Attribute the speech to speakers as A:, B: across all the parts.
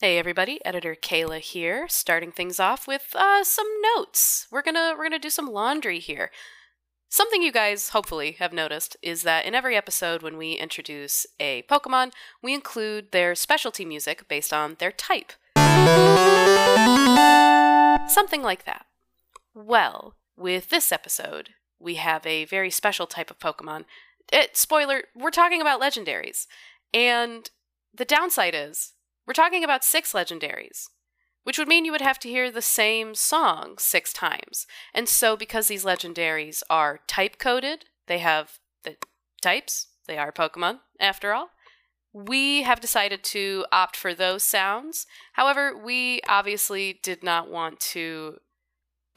A: Hey everybody, editor Kayla here, starting things off with uh, some notes. We're gonna we're gonna do some laundry here. Something you guys hopefully have noticed is that in every episode when we introduce a Pokemon, we include their specialty music based on their type. Something like that. Well, with this episode, we have a very special type of Pokemon. It, spoiler, we're talking about legendaries. And the downside is we're talking about six legendaries, which would mean you would have to hear the same song six times. And so, because these legendaries are type coded, they have the types, they are Pokemon, after all. We have decided to opt for those sounds. However, we obviously did not want to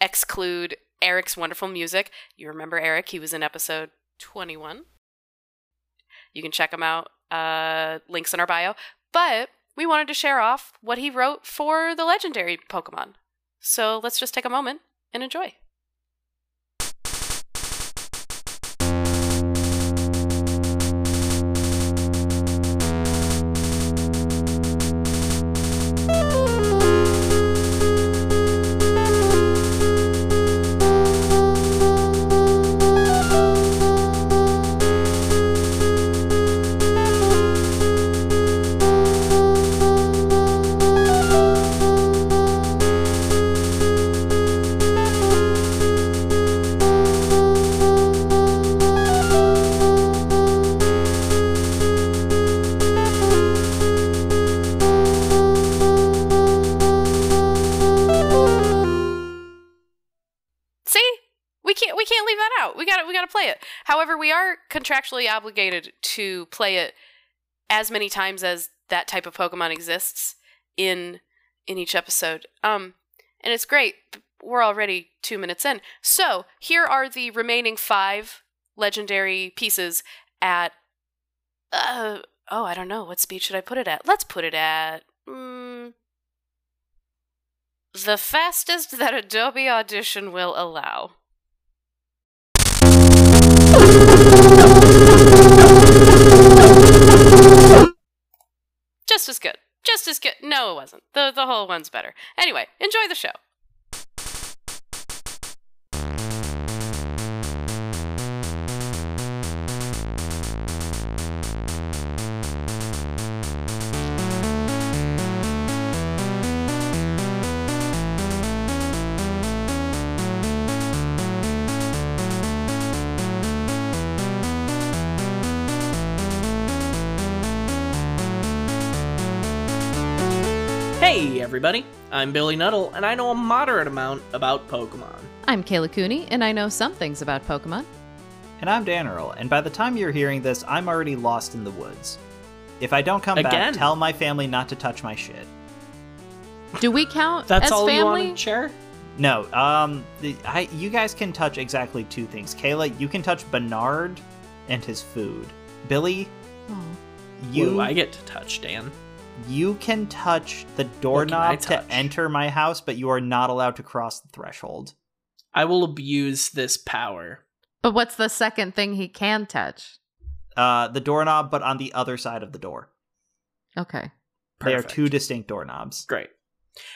A: exclude Eric's wonderful music. You remember Eric, he was in episode 21. You can check him out. Uh, links in our bio. But we wanted to share off what he wrote for the legendary Pokemon. So let's just take a moment and enjoy. See? We can't we can't leave that out. We got to we got to play it. However, we are contractually obligated to play it as many times as that type of Pokemon exists in in each episode. Um and it's great. We're already 2 minutes in. So, here are the remaining 5 legendary pieces at uh oh, I don't know. What speed should I put it at? Let's put it at mm, the fastest that Adobe Audition will allow. Just as good. Just as good. No, it wasn't. The, the whole one's better. Anyway, enjoy the show.
B: Hey everybody, I'm Billy Nuttall, and I know a moderate amount about Pokemon.
C: I'm Kayla Cooney, and I know some things about Pokemon.
D: And I'm Dan Earl, and by the time you're hearing this, I'm already lost in the woods. If I don't come
B: Again?
D: back, tell my family not to touch my shit.
C: Do we count
B: That's
C: as
B: all you
C: family?
B: want to share?
D: No, um, the, I, you guys can touch exactly two things. Kayla, you can touch Bernard and his food. Billy,
C: Oh.
D: you
B: Ooh, I get to touch Dan.
D: you can touch the
B: I
D: doorknob
B: touch?
D: to enter my house, but you are not allowed to cross the threshold.
B: I will abuse this power.
C: But what's the second thing he can touch?
D: Uh, the doorknob, but on the other side of the door.
C: Okay.
B: Perfect.
D: They are two distinct doorknobs.
B: Great.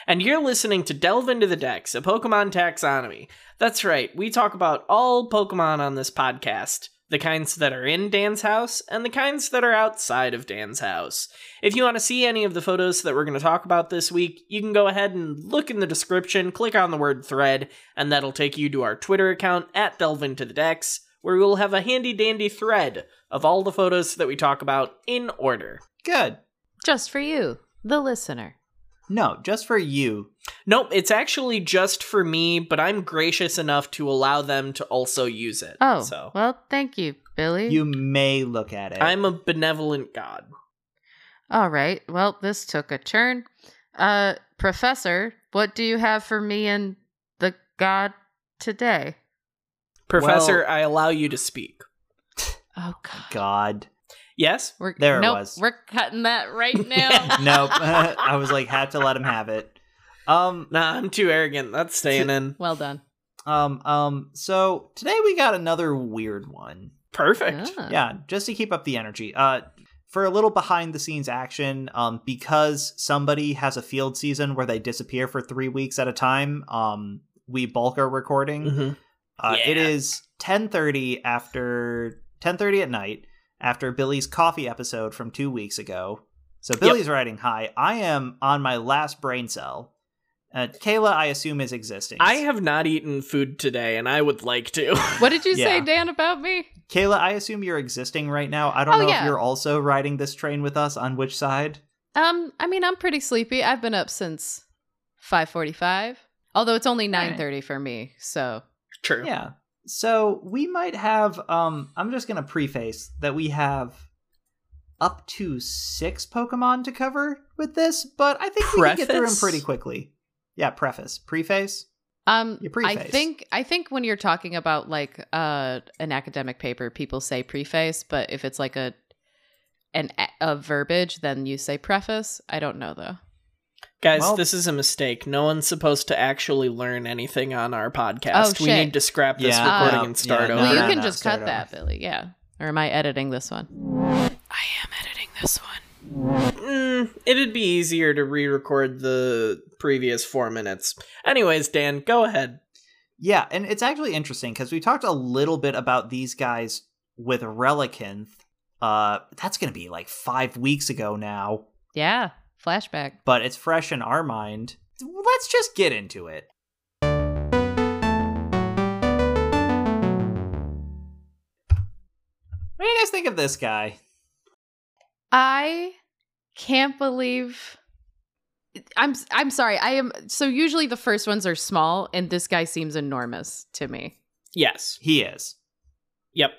B: And you're listening to Delve into the Decks, a Pokemon taxonomy. That's right, we talk about all Pokemon on this podcast the kinds that are in Dan's house and the kinds that are outside of Dan's house. If you want to see any of the photos that we're going to talk about this week, you can go ahead and look in the description, click on the word thread, and that'll take you to our Twitter account at Delve into the Decks, where we'll have a handy dandy thread of all the photos that we talk about in order.
D: Good.
C: Just for you, the listener.
D: No, just for you,
B: Nope, it's actually just for me, but I'm gracious enough to allow them to also use it.
C: Oh,
B: so
C: well, thank you, Billy.
D: You may look at it.
B: I'm a benevolent god.
C: All right. Well, this took a turn. Uh, Professor, what do you have for me and the God today?
B: Professor, I allow you to speak.
C: Oh God.
D: God.
B: Yes?
C: We're,
D: There it
C: nope,
D: was.
C: We're cutting that right now.
D: Nope. I was like, had to let him have it. Um,
B: Nah, I'm too arrogant. That's staying in.
C: Well done.
D: um, um. So today we got another weird one.
B: Perfect.
C: Ah.
D: Yeah, just to keep up the energy. Uh, for a little behind the scenes action, um, because somebody has a field season where they disappear for three weeks at a time, um, we bulk our recording.
B: Mhm.
D: Uh, It
B: Yeah.
D: is 10:30 after 10:30 at night after Billy's coffee episode from 2 weeks ago. So Billy's riding high. I am on my last brain cell. Uh, Kayla, I assume is existing.
B: I have not eaten food today, and I would like to.
A: What did you say,
D: Yeah.
A: Dan, about me?
D: Kayla, I assume you're existing right now. I don't
A: Oh,
D: know
A: yeah.
D: if you're also riding this train with us on which side.
A: Um, I mean, I'm pretty sleepy. I've been up since 5:45. Although it's only
B: right.
A: 9:30 for me, so
B: True.
D: Yeah. So we might have um I'm just going to preface that we have up to 6 Pokemon to cover with this, but I think we can get through them
B: Preface?
D: pretty quickly. Yeah, preface. Preface?
A: um
D: Your
A: I
D: preface.
A: think I think when you're talking about like uh an academic paper, people say preface, but if it's like a an a, a verbiage, then you say preface. I don't know though.
B: Guys,
D: Well-
B: this is a mistake. No one's supposed to actually learn anything on our podcast.
A: Oh,
B: we
A: shit.
B: need to scrap this
D: Yeah,
B: recording
D: no,
B: and start
D: yeah, no,
B: over.
A: well, you
D: no,
A: can
D: no,
A: just
D: start
A: cut that, Billy. Yeah. Or am I editing this one?
E: I am editing this one.
B: Mm, it'd be easier to re-record the previous four minutes. Anyways, Dan, go ahead.
D: Yeah, and it's actually interesting because we talked a little bit about these guys with Relicanth. Uh, that's going to be like five weeks ago now,
A: Yeah. Flashback.
D: but it's fresh in our mind. Let's just get into it. What do you guys think of this guy?
A: I can't believe I'm I'm sorry. I am so usually the first ones are small and this guy seems enormous to me.
B: Yes.
D: He is.
B: Yep.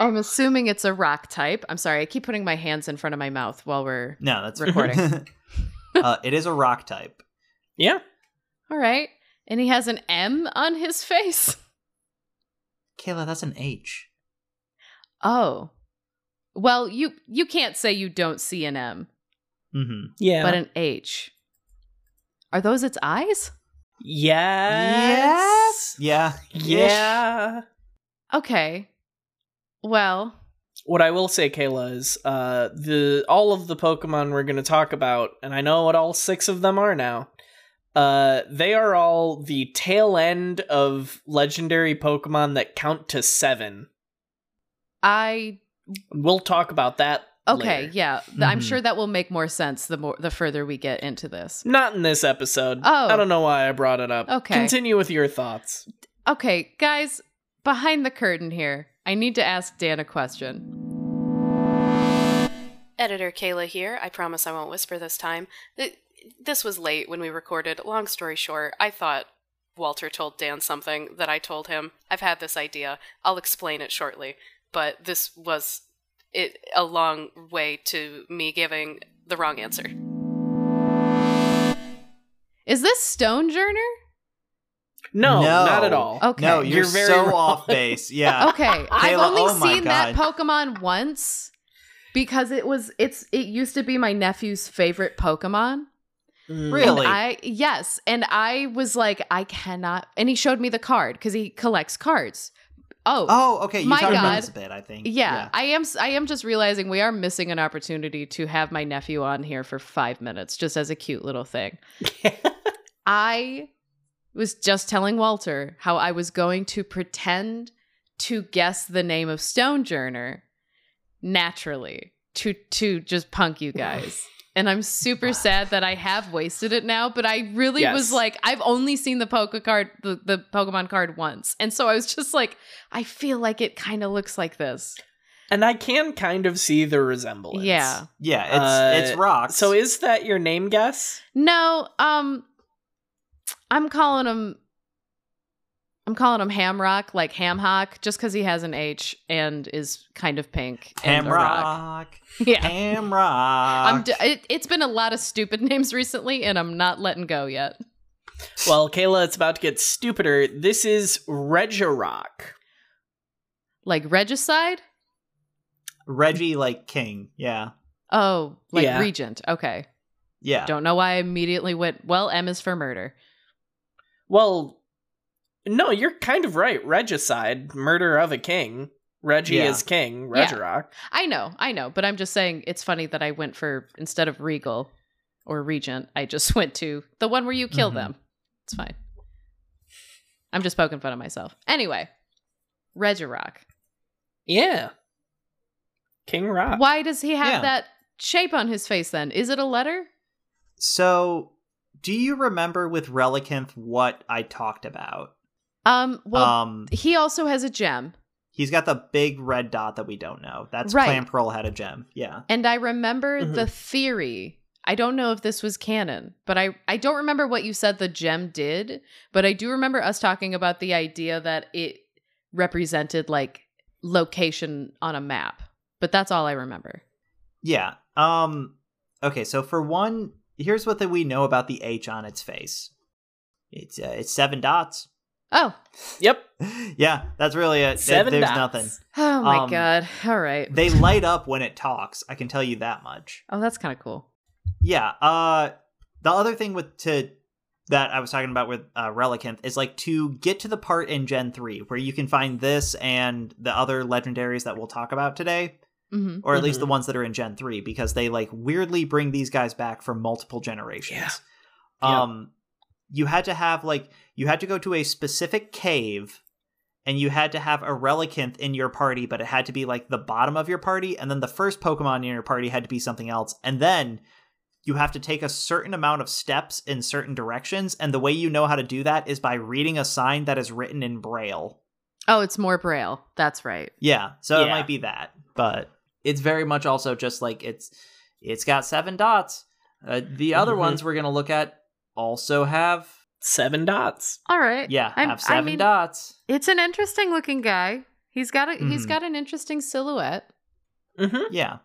A: I'm assuming it's a rock type. I'm sorry. I keep putting my hands in front of my mouth while we're
D: No, that's
A: Recording.
D: uh, it is a rock type.
B: Yeah.
A: All right. And he has an M on his face.
D: Kayla, that's an H.
A: Oh. Well, you you can't say you don't see an M,
D: Mm-hmm.
B: Yeah.
A: but an H. Are those its eyes?
B: yes.
D: Yeah.
B: Yeah.
A: Okay. Well,
B: What I will say, Kayla, is uh, the all of the Pokemon we're going to talk about, and I know what all six of them are now. Uh, they are all the tail end of legendary Pokemon that count to seven.
A: I
B: We'll talk about that.
A: Okay,
B: later. Mm-hmm.
A: yeah. Th- I'm
D: Mhm.
A: sure that will make more sense the more the further we get into this.
B: Not in this episode.
A: Oh.
B: I don't know why I brought it up.
A: Okay.
B: Continue with your thoughts.
A: Okay, guys, behind the curtain here. I need to ask Dan a question.
E: Editor Kayla here. I promise I won't whisper this time. Th- This was late when we recorded. Long story short, I thought Walter told Dan something that I told him. I've had this idea. I'll explain it shortly. But this was it a long way to me giving the wrong answer.
A: Is this Stonejourner?
B: No,
D: No.
B: not at all.
A: Okay.
D: No, you're,
B: You're very
D: so
B: wrong.
D: off base. Yeah.
A: Okay, I've
D: Kayla,
A: only
D: oh my
A: seen that Pokemon once because it was it's it used to be my nephew's favorite Pokemon.
B: Mm.
D: Really?
A: And I yes, and I was like I cannot and he showed me the card cuz he collects cards. Oh,
D: Oh, okay. You
A: My
D: talked about
A: God.
D: this a bit, I think.
A: Yeah, I am. I am just realizing we are missing an opportunity to have my nephew on here for five minutes, just as a cute little thing. I was just telling Walter how I was going to pretend to guess the name of Stonejourner naturally to to just punk you guys. And I'm super sad that I have wasted it now, but I really
B: Yes.
A: was like, I've only seen the Poke card, the, the Pokemon card once. And so I was just like, I feel like it kind of looks like this.
B: And I can kind of see the resemblance.
A: Yeah.
D: Yeah, it's
B: Uh,
D: it's rocks.
B: So is that your name guess?
A: No, um I'm calling him I'm calling him Hamrock, like Hamhock, just because he has an H and is kind of pink. and a rock.
D: Hamrock.
A: Yeah.
D: Hamrock.
A: I'm d- it, it's been a lot of stupid names recently, and I'm not letting go yet.
B: Well, Kayla, it's about to get stupider. This is Regirock.
A: Like Regicide?
D: Reggie like king. Yeah.
A: Oh, like
B: Yeah.
A: Regent. Okay.
D: Yeah.
A: Don't know why I immediately went, well, M is for murder.
B: Well, no, you're kind of right. Regicide, murder of a king. Reggie
D: Yeah.
B: is king,
A: Yeah.
B: Regirock.
A: I know, I know, but I'm just saying it's funny that I went for instead of regal or regent, I just went to the one where you kill
D: Mhm.
A: them. It's fine. I'm just poking fun at myself. Anyway, Regirock.
B: Yeah. King Rock.
A: Why does he have
D: Ah, Yeah.
A: that shape on his face then? Is it a letter?
D: So, do you remember with Relicanth what I talked about?
A: Um well
D: um,
A: he also has a gem.
D: he's got the big red dot that we don't know. That's
A: Right.
D: Clan Pearl had a gem. Yeah.
A: And I remember
B: Mhm.
D: Mm-hmm.
A: the theory. I don't know if this was canon, but I, I don't remember what you said the gem did, but I do remember us talking about the idea that it represented like location on a map. But that's all I remember.
D: Yeah. Um okay, so for one, here's what that we know about the H on its face. It's uh, it's seven dots.
A: Oh,
B: Yep.
D: yeah, that's really it. There-
B: Seven
D: There's
B: dots.
D: nothing.
A: oh my
D: Um,
A: God. All right.
D: They light up when it talks. I can tell you that much.
A: oh, that's kind of cool.
D: Yeah. Uh the other thing with to that I was talking about with uh, Relicanth is like to get to the part in Gen 3 where you can find this and the other legendaries that we'll talk about today.
A: hmm
D: or at least the
B: Mhm.
D: ones that are in Gen 3 because they like weirdly bring these guys back from multiple generations.
B: Yeah.
D: Um you had to have like you had to go to a specific cave and you had to have a relicanth in your party but it had to be like the bottom of your party and then the first pokemon in your party had to be something else and then you have to take a certain amount of steps in certain directions and the way you know how to do that is by reading a sign that is written in braille.
A: Oh, it's more Braille. That's right.
D: Yeah, so it
B: Yeah.
D: might be that, but it's very much also just like it's it's got seven dots. Uh, the other
A: Mm-hmm.
B: Mhm.
D: ones we're gonna look at also have
B: Seven dots.
A: All right.
D: yeah
A: I'm-
D: have seven
A: I mean,
D: dots.
A: It's an interesting looking guy. He's got a, he's
D: Mhm.
A: got an interesting silhouette.
B: Mm-hmm.
D: Yeah,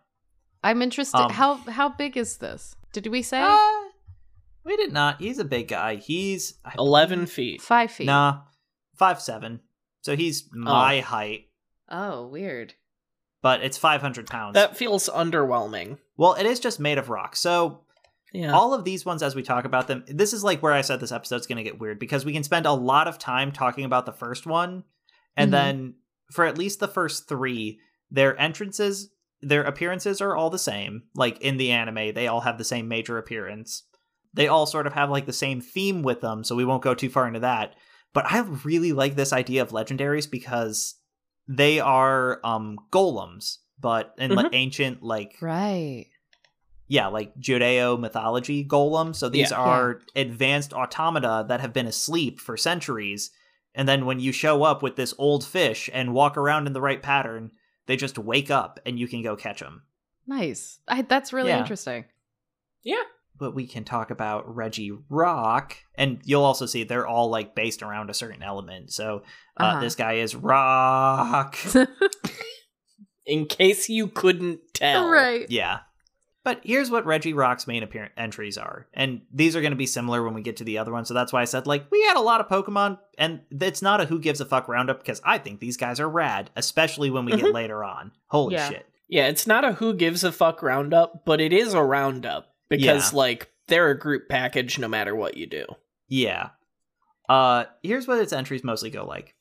A: I'm interested.
D: Um,
A: how how big is this? Did we say
D: Uh, we did not. He's a big guy. He's I-
B: Eleven feet.
A: five feet?
D: Nah, five seven. So he's my height,
A: Oh, weird.
D: but it's five hundred pounds.
B: That feels underwhelming.
D: well, it is just made of rock, so
B: Yeah.
D: all of these ones as we talk about them this is like where i said this episode's going to get weird because we can spend a lot of time talking about the first one and
A: Mhm.
D: then for at least the first three their entrances their appearances are all the same like in the anime they all have the same major appearance they all sort of have like the same theme with them so we won't go too far into that but i really like this idea of legendaries because they are um golems but in like ancient like
A: Right.
D: yeah, like Judeo mythology golem. So these
B: Yeah.
D: are advanced automata that have been asleep for centuries. And then when you show up with this old fish and walk around in the right pattern, they just wake up and you can go catch them.
A: Nice. I, that's really
D: Yeah.
A: interesting.
D: But we can talk about Reggie Rock, and you'll also see they're all like based around a certain element. So uh,
A: Uh-huh.
D: this guy is rock.
B: In case you couldn't tell.
A: right.
D: Yeah. But here's what Reggie Rock's main appear- entries are. And these are going to be similar when we get to the other one. So that's why I said, like, we had a lot of Pokemon, and it's not a who gives a fuck roundup because I think these guys are rad, especially when we get later on. Holy
A: Mm-hmm. Yeah.
D: shit.
B: Yeah, it's not a who gives a fuck roundup, but it is a roundup because like they're a group package no matter what you do.
D: Yeah. Uh, here's what its entries mostly go like.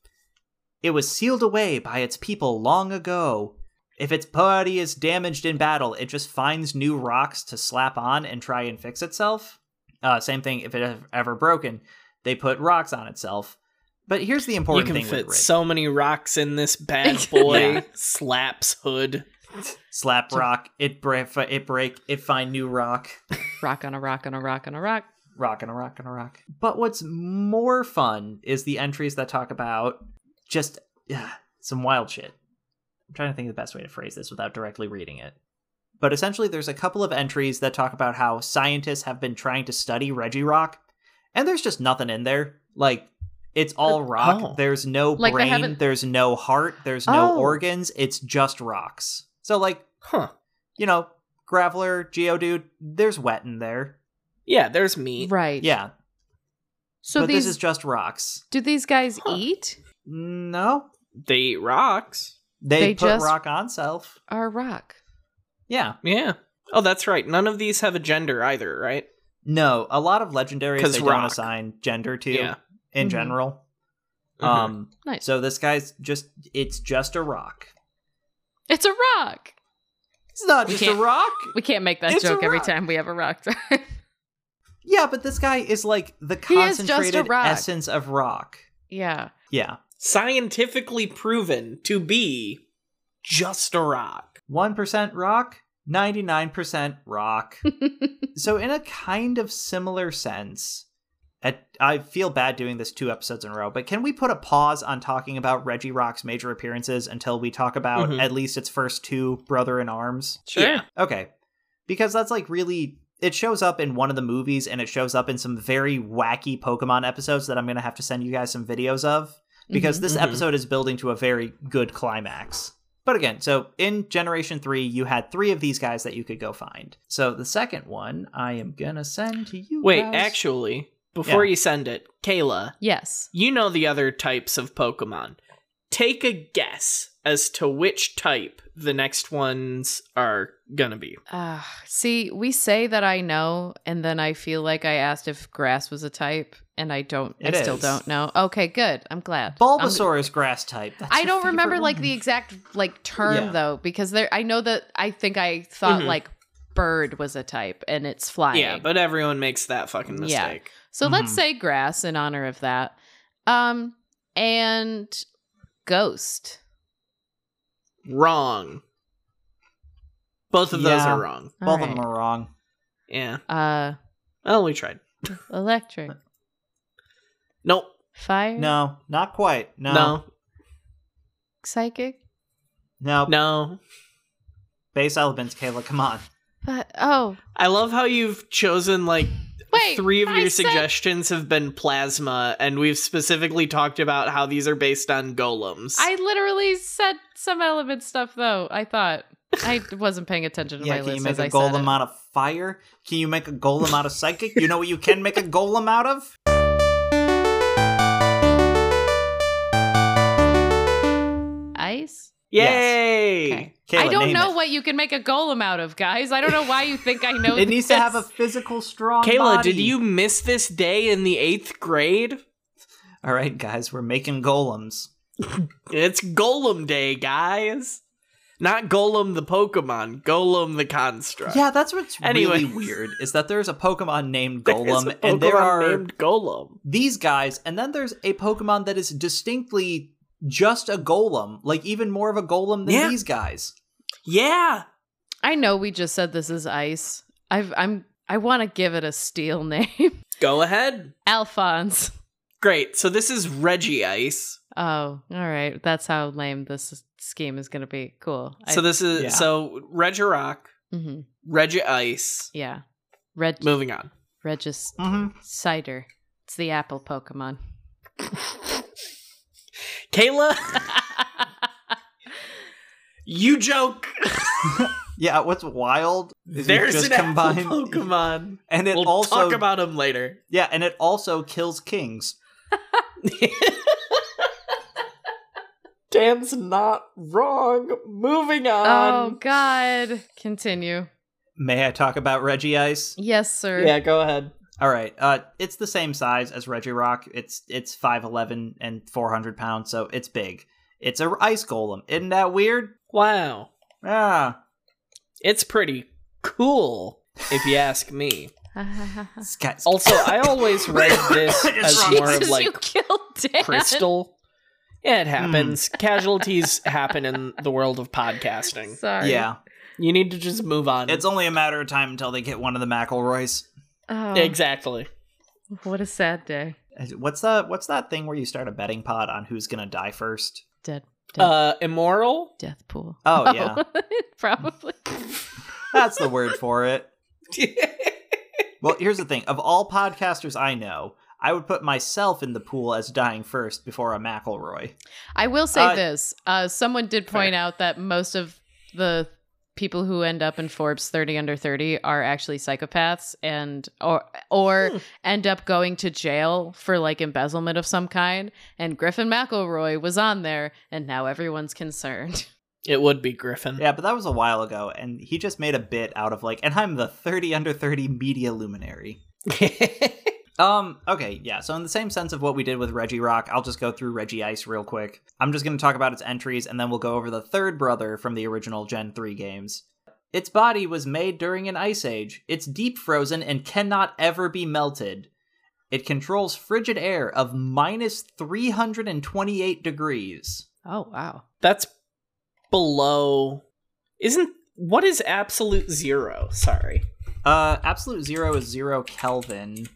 D: It was sealed away by its people long ago. If its party is damaged in battle, it just finds new rocks to slap on and try and fix itself. Uh, same thing if it ev- ever broken, they put rocks on itself. But here's the
B: You
D: important
B: can
D: thing with
B: fit
D: Ridge.
B: so many rocks in this bad boy.
D: Yeah.
B: Slaps hood.
D: slap rock, it break, it break, it find new rock.
A: Rock on a rock on a rock on a rock.
D: rock and a rock and a rock. But what's more fun is the entries that talk about just yeah, some wild shit. I'm trying to think of the best way to phrase this without directly reading it. But essentially, there's a couple of entries that talk about how scientists have been trying to study Regirock, and there's just nothing in there. Like, it's all rock.
B: oh.
D: There's no
A: Like, they
D: brain.
A: haven't-
D: There's no heart. There's no
A: Oh.
D: organs. It's just rocks. So, like,
B: Huh.
D: you know, Graveler, Geodude, there's wet in there.
B: Yeah, there's meat.
A: Right.
D: Yeah,
A: So
D: but
A: these
D: this is just rocks.
A: do these guys
B: Huh.
A: eat
D: No,
B: They eat rocks.
D: they,
A: They
D: put
A: just-
D: rock on self.
A: our rock?
D: Yeah,
B: Yeah. Oh, that's right. None of these have a gender either, right?
D: no, a lot of legendaries
B: 'Cause
D: they don't
B: rock.
D: assign gender to
B: Yeah.
D: in
A: Mhm.
D: general.
B: Mhm.
D: Um,
A: Nice.
D: so this guy's just it's just a rock.
A: It's a rock.
D: It's not
A: We
D: just a
A: can't-
D: rock.
A: We can't make that
D: It's a
A: joke every
D: rock.
A: time we have a rock time.
D: Yeah, but this guy is like the
A: He is just a
D: concentrated
A: rock.
D: essence of rock.
A: yeah.
D: Yeah.
B: Scientifically proven to be just a rock.
D: 1% rock, 99% rock. so, in a kind of similar sense, at, I feel bad doing this two episodes in a row, but can we put a pause on talking about Reggie Rock's major appearances until we talk about
B: Mhm.
D: at least its first two brother in arms?
B: Sure. Yeah.
D: Okay. Because that's like really it shows up in one of the movies and it shows up in some very wacky Pokemon episodes that I'm going to have to send you guys some videos of because
A: Mhm.
D: this
B: Mhm.
D: episode is building to a very good climax. But again, so in Generation 3, you had three of these guys that you could go find. So the second one I am going to send to you.
B: Wait,
D: guys.
B: actually, before
D: Yeah.
B: you send it, Kayla,
A: Yes.
B: you know the other types of Pokemon. Take a guess as to which type the next ones are gonna be.
A: Uh, see, we say that I know, and then I feel like I asked if grass was a type, and I don't.
D: It
A: I still
D: is.
A: don't know. Okay, good. I'm glad. I'm-
D: Bulbasaur is grass type. That's
A: I
D: your
A: don't
D: favorite
A: remember like
D: one.
A: the exact like term
D: Yeah. Mm-hmm.
A: though because there I know that I think I thought
B: Mhm.
A: like bird was a type and it's flying.
B: Yeah, but everyone makes that fucking
A: Yeah.
B: mistake.
A: so let's
D: Mhm.
A: say grass in honor of that. Um and ghost.
B: Wrong. Both of those
D: Yeah.
B: are wrong.
A: All
D: Both
A: right.
D: of them are wrong.
B: Yeah.
A: uh
B: Well, we tried.
A: electric
B: Nope.
A: fire
D: No, not quite. No.
B: No.
A: psychic.
D: No.
B: No.
D: Base elements, Kayla, come on.
A: But oh
B: I love how you've chosen like
A: wait,
B: three of
A: I
B: your
A: said-
B: suggestions have been plasma, and we've specifically talked about how these are based on golems.
A: I literally said some element stuff though. I thought I wasn't paying attention to
D: Yeah,
A: my
D: can
A: list
D: you
A: as
D: make
A: I
D: a
A: said it.
D: golem out of fire? Can you make a golem out of psychic? You know what you can make a golem out of?
A: ice.
B: Yay!
A: Okay.
D: Kayla,
A: I don't
D: name
A: know
D: it.
A: what you can make a golem out of, guys. I don't know why you think I know.
D: It needs to
A: this.
D: have a physical, strong.
B: Kayla,
D: body.
B: did you miss this day in the eighth grade?
D: All right, guys, we're making golems.
B: It's Golem Day, guys. Not Golem the Pokemon, Golem the construct.
D: Yeah, that's what's
B: Anyway.
D: really weird is that there's a Pokemon named
B: There is
D: Golem,
B: a
D: and there
B: Pokemon
D: are
B: named Golem.
D: these guys, and then there's a Pokemon that is distinctly just a golem, like even more of a golem than
B: Yeah.
D: these guys.
B: Yeah,
A: I know we just said this is ice. I've, I'm. I want to give it a steel name,
B: go ahead.
A: Alphonse.
B: Great. So this is Reggie Ice.
A: Oh, all right. That's how lame this is- scheme is going to be. Cool.
B: So this is
D: yeah.
B: so Regirock,
A: hmm
B: Reggie Ice.
A: Yeah. Reg.
B: Moving on.
A: Regis
D: Mm-hmm.
A: cider. It's the apple Pokemon.
B: Kayla, you joke.
D: Yeah, what's wild is you
B: There's
D: just
B: an apple
D: combine
B: Pokemon.
D: and it
B: we'll
D: also
B: talk about him later.
D: yeah, and it also kills kings.
B: Dan's not wrong. Moving
A: oh
D: Um,
B: on.
A: God. Continue.
D: May I talk about Reggie Ice?
A: Yes, sir.
B: yeah, go ahead.
D: All right. Uh, it's the same size as Reggie Rock. It's it's five eleven and four hundred pounds, so it's big. It's a ice golem. Isn't that weird?
B: Wow.
D: Ah,
B: It's pretty cool, if you ask me.
D: this guy's-
B: Also, I always read this
D: It's
B: as
D: wrong.
B: more of
A: Jesus, you
B: like
A: killed Dan.
B: crystal. Yeah, it happens. Casualties happen in the world of podcasting.
A: Sorry.
D: yeah.
B: You need to just move on.
D: It's only a matter of time until they get one of the McElroys.
A: Oh,
B: exactly.
A: What a sad day.
D: What's that? What's that thing where you start a betting pod on who's gonna die first?
A: Dead.
B: Uh, immoral.
A: Death pool.
D: Oh, yeah,
A: Probably.
D: that's the word for it. Well, here's the thing: of all podcasters I know, I would put myself in the pool as dying first before a McElroy.
A: I will say
D: Uh,
A: this. Uh, someone did point
B: Fair.
A: out that most of the people who end up in Forbes 30 under 30 are actually psychopaths and or or
B: Hmm.
A: end up going to jail for like embezzlement of some kind and Griffin McElroy was on there and now everyone's concerned.
B: it would be Griffin.
D: Yeah, but that was a while ago, and he just made a bit out of like, and I'm the 30 under 30 media luminary. Um, okay, yeah. So in the same sense of what we did with Reggie Rock, I'll just go through Reggie Ice real quick. I'm just gonna talk about its entries and then we'll go over the third brother from the original Gen 3 games. Its body was made during an ice age. It's deep frozen and cannot ever be melted. It controls frigid air of minus 328 degrees.
A: Oh wow.
B: That's below. Isn't what is absolute zero? Sorry.
D: Uh, absolute zero is zero Kelvin.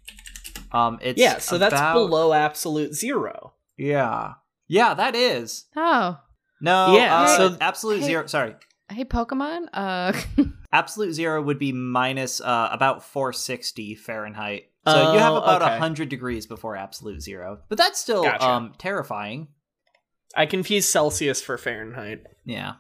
D: Um, it's
B: yeah, so that's
D: about-
B: below absolute zero.
D: Yeah, yeah, that is.
A: Oh.
D: No,
B: Yeah,
D: uh,
B: so-
D: absolute
A: Hey.
D: zero. Sorry,
A: Hey Pokemon. Uh
D: absolute zero would be minus uh, about 460 Fahrenheit. So you have
B: Oh,
D: about a
B: okay.
D: 100 degrees before absolute zero, but that's still
B: Gotcha.
D: um terrifying.
B: I confuse Celsius for Fahrenheit.
D: Yeah,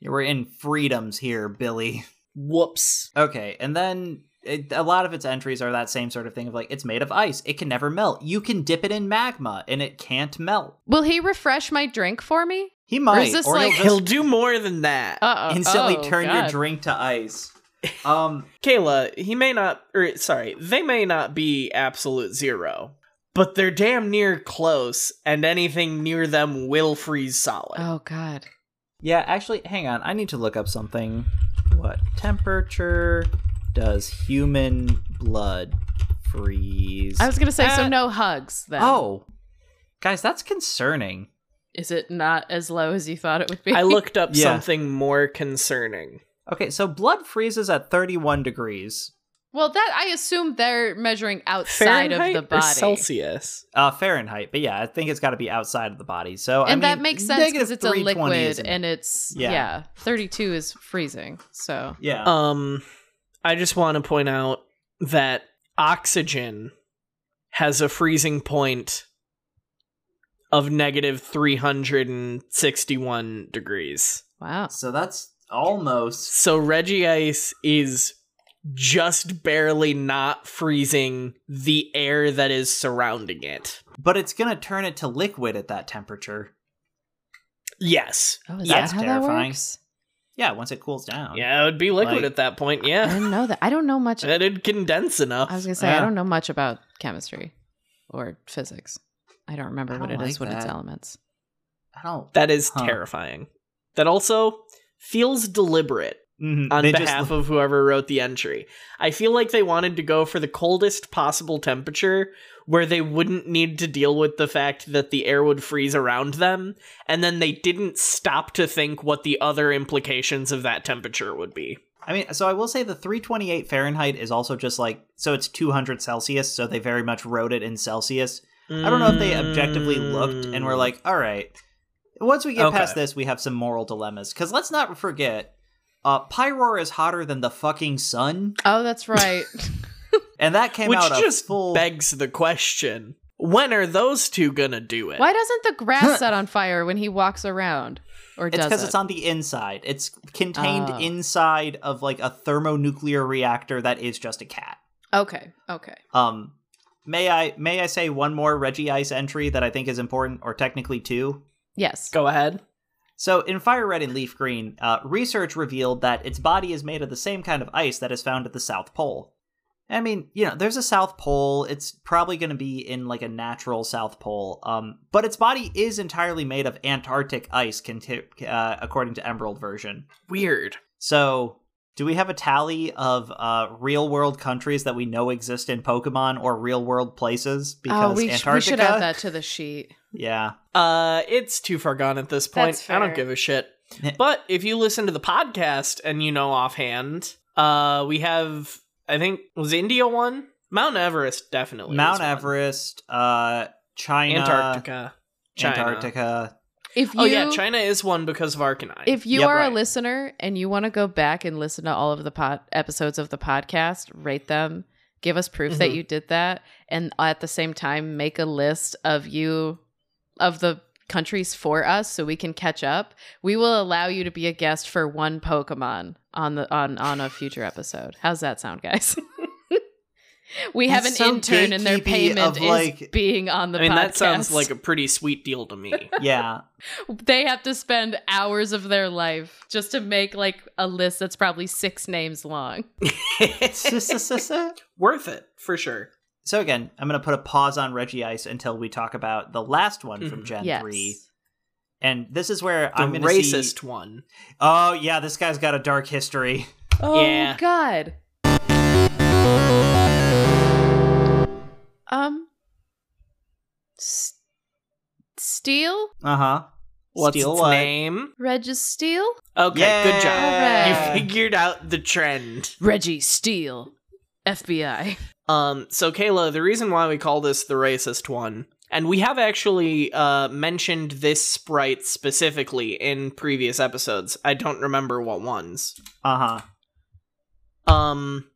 D: Yeah, we're in freedoms here, Billy.
B: Whoops.
D: Okay, and then it, a lot of its entries are that same sort of thing of like it's made of ice, it can never melt. You can dip it in magma, and it can't melt.
A: will he refresh my drink for me?
D: He might,
A: this
D: or
A: like-
D: he'll
B: He'll
D: just
B: do more than that.
A: Uh oh.
D: instantly
A: oh,
D: turn your
A: God.
D: drink to ice. Um,
B: Kayla, he may not, or sorry, they may not be absolute zero, but they're damn near close, and anything near them will freeze solid.
A: Oh god.
D: yeah, actually, hang on, I need to look up something. What temperature does human blood freeze?
A: I was gonna say so
B: Uh,
A: no hugs then.
D: oh, guys, that's concerning.
A: Is it not as low as you thought it would be?
B: I looked up
D: Yeah.
B: something more concerning.
D: Okay, so blood freezes at 31 degrees
A: Well, that I assume they're measuring outside
B: Fahrenheit
A: of the body.
B: Or Celsius.
D: uh, Fahrenheit, but yeah, I think it's got to be outside of the body. So
A: and
D: I mean,
A: that makes sense because
D: negative
A: it's a
D: 320
A: liquid
D: isn't-
A: and it's
D: Yeah.
A: yeah. 32 is freezing so
D: yeah,
B: Um, I just want to point out that oxygen has a freezing point of negative 361 degrees.
A: wow
D: so that's almost
B: So Reggie Ice is just barely not freezing the air that is surrounding it.
D: but it's gonna turn it to liquid at that temperature.
B: Yes.
A: oh is
D: That's
A: that how that
D: terrifying.
A: works
D: Yeah, once it cools
A: Um,
D: down.
B: Yeah, it would be liquid
D: Like-
B: at that point.
A: i
B: Yeah.
A: didn't know that i don't know much i
B: It'd condense enough.
A: was gonna say
D: Yeah.
A: i don't know much about chemistry or physics i don't remember
D: I
A: what it
D: don't
A: is.
D: like
A: what its
D: that.
A: elements
D: I don't.
B: That is
D: Huh.
B: terrifying. That also feels deliberate.
D: Mhm,
B: on
D: they just
B: behalf
D: look-
B: of whoever wrote the entry. I feel like they wanted to go for the coldest possible temperature where they wouldn't need to deal with the fact that the air would freeze around them, and then they didn't stop to think what the other implications of that temperature would be.
D: I mean, so I will say the 328 Fahrenheit is also just like so it's 200 Celsius, so they very much wrote it in Celsius. I don't know if they objectively looked and were like, all right, once we get
B: Mm. Okay.
D: past this, we have some moral dilemmas. Because let's not forget, uh, Pyroar is hotter than the fucking sun,
A: oh that's right
D: and that came
B: which
D: out a
B: just
D: full.
B: begs the question: When are those two gonna do it?
A: why doesn't the grass set on fire when he walks around or
D: it's
A: does
D: because
A: it?
D: it's on the inside. It's contained
B: Ah.
A: Oh.
D: inside of like a thermonuclear reactor that is just a cat.
A: okay okay
D: Um, may I may I say one more Reggie Ice entry that I think is important, or technically two?
A: yes
B: Go ahead.
D: So, in Fire Red and Leaf Green, uh, research revealed that its body is made of the same kind of ice that is found at the South Pole. I mean, you know, there's a South Pole. It's probably going to be in like a natural South Pole. Um, but its body is entirely made of Antarctic ice, conti- uh, according to Emerald version.
B: Weird.
D: So, do we have a tally of uh, real world countries that we know exist in Pokemon or real world places?
A: oh we, sh- we should add that to the sheet
D: Yeah.
B: Uh, it's too far gone at this point.
E: That's
B: I don't
E: fair.
B: give a shit. but if you listen to the podcast and you know offhand, uh, we have I think was India one, Mount Everest definitely, was
D: Mount
B: one.
D: Everest, uh, China,
B: Antarctica, China.
D: Antarctica.
A: if you
B: Oh yeah, China is one because of Arcanine.
A: If you
D: Yep,
A: are
D: right.
A: a listener and you want to go back and listen to all of the pod- episodes of the podcast, rate them, give us proof that
B: Mhm.
A: you did that, and at the same time make a list of you of the countries for us so we can catch up. We will allow you to be a guest for one Pokemon on the on on a future episode. How's that sound, guys? we have an
D: That's so
A: intern and their
D: gatekeepy
A: payment
D: of, like-
A: is being on the
B: I mean
A: podcast.
B: that sounds like a pretty sweet deal to me.
D: yeah.
A: they have to spend hours of their life just to make like a list that's probably six names long.
D: S- s- s- s-
B: Worth it for sure.
D: So again, I'm going to put a pause on Reggie Ice until we talk about the last one from
B: Mhm.
D: Gen
A: yes.
D: three, and this is where
B: The
D: I'm going to
B: racist one.
D: Oh yeah, this guy's got a dark history.
A: Oh
B: Yeah.
A: God. Um. S- Steel?
D: Uh huh.
B: What's
D: Steal
B: its
D: what?
B: name?
A: Regis Steel?
B: Okay, good job.
A: Yeah.
B: You
A: Alright.
B: figured out the trend.
A: Reggie Steel. FBI.
B: Um, so Kayla, the reason why we call this the racist one, and we have actually uh mentioned this sprite specifically in previous episodes. I don't remember what ones.
D: Uh huh.
B: Um,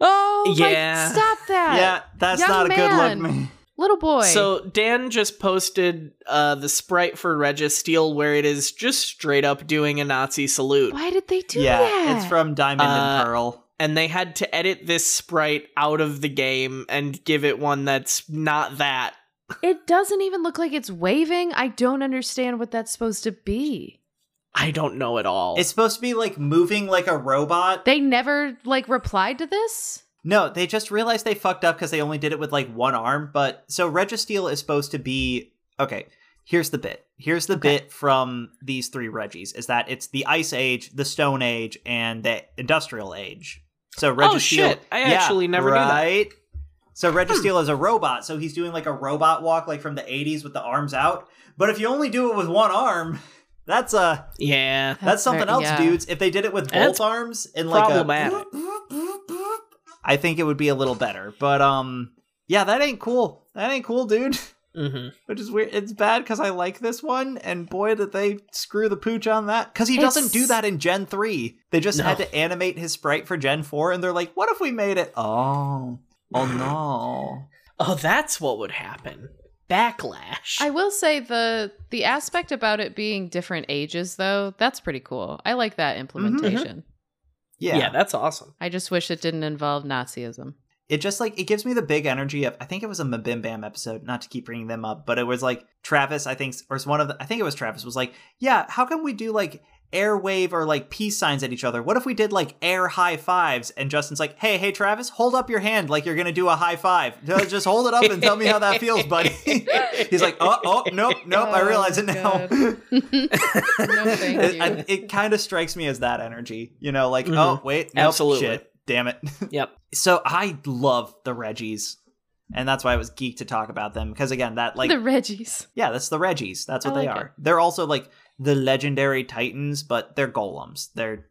A: Oh my-
B: Yeah.
A: stop that.
D: Yeah, that's
A: young
D: not a good look.
A: man.
D: man.
A: Little boy.
B: so Dan just posted uh the sprite for Registeel where it is just straight up doing a Nazi salute,
A: why did they do
D: yeah,
A: that?
D: it's from Diamond
B: Uh,
D: and Pearl.
B: and they had to edit this sprite out of the game and give it one that's not that.
A: It doesn't even look like it's waving. I don't understand what that's supposed to be.
B: I don't know at all.
D: It's supposed to be like moving like a robot.
A: They never like replied to this.
D: No, they just realized they fucked up because they only did it with like one arm. But so Registeel is supposed to be okay. Here's the bit. Here's the bit from these three Reggies is that it's the Ice Age, the Stone Age, and the Industrial Age. So Registeel.
B: Oh, shit. I actually never knew that.
D: right? So Registeel is a robot, so he's doing like a robot walk, like from the '80s with the arms out. But if you only do it with one arm, that's a
B: yeah.
D: that's, something
A: very-
D: else,
A: yeah.
D: dudes. If they did it with both
B: That's
D: arms and like
B: problematic.
D: a, I think it would be a little better. But um, yeah, that ain't cool. That ain't cool, dude.
B: Mm-hmm.
D: Which is weird. It's bad because I like this one, and boy, did they screw the pooch on that. Because he doesn't do
A: It's-
D: that in Gen three. They just
B: No.
D: had to animate his sprite for Gen four, and they're like, "What if we made it?" Oh, oh no.
B: Oh, that's what would happen. Backlash.
A: I will say the the aspect about it being different ages though, that's pretty cool. I like that implementation.
D: Yeah.
B: that's awesome.
A: I just wish it didn't involve Nazism.
D: it just like it gives me the big energy of I think it was a Mabim Bam episode, not to keep bringing them up, but it was like Travis, I think, or it's one of the, I think it was Travis was like, yeah, how come we do like airwave or like peace signs at each other? What if we did like air high fives? And Justin's like, hey, hey, Travis, hold up your hand like you're gonna do a high five. Just hold it up and tell me how that feels, buddy. He's like, oh, oh, nope, nope, I
A: Oh,
D: realize it now.
A: God. no, thank
D: it
A: you.
D: kind of strikes me as that energy, you know, like,
B: Mhm.
D: oh, wait, nope,
B: Absolutely.
D: shit, damn it.
B: Yep.
D: so I love the Reggies, and that's why I was geeked to talk about them because again, that like
A: the Reggies.
D: yeah, that's the Reggies. That's what
A: I
D: they
A: like
D: are. They're also like the legendary Titans, but they're golems. They're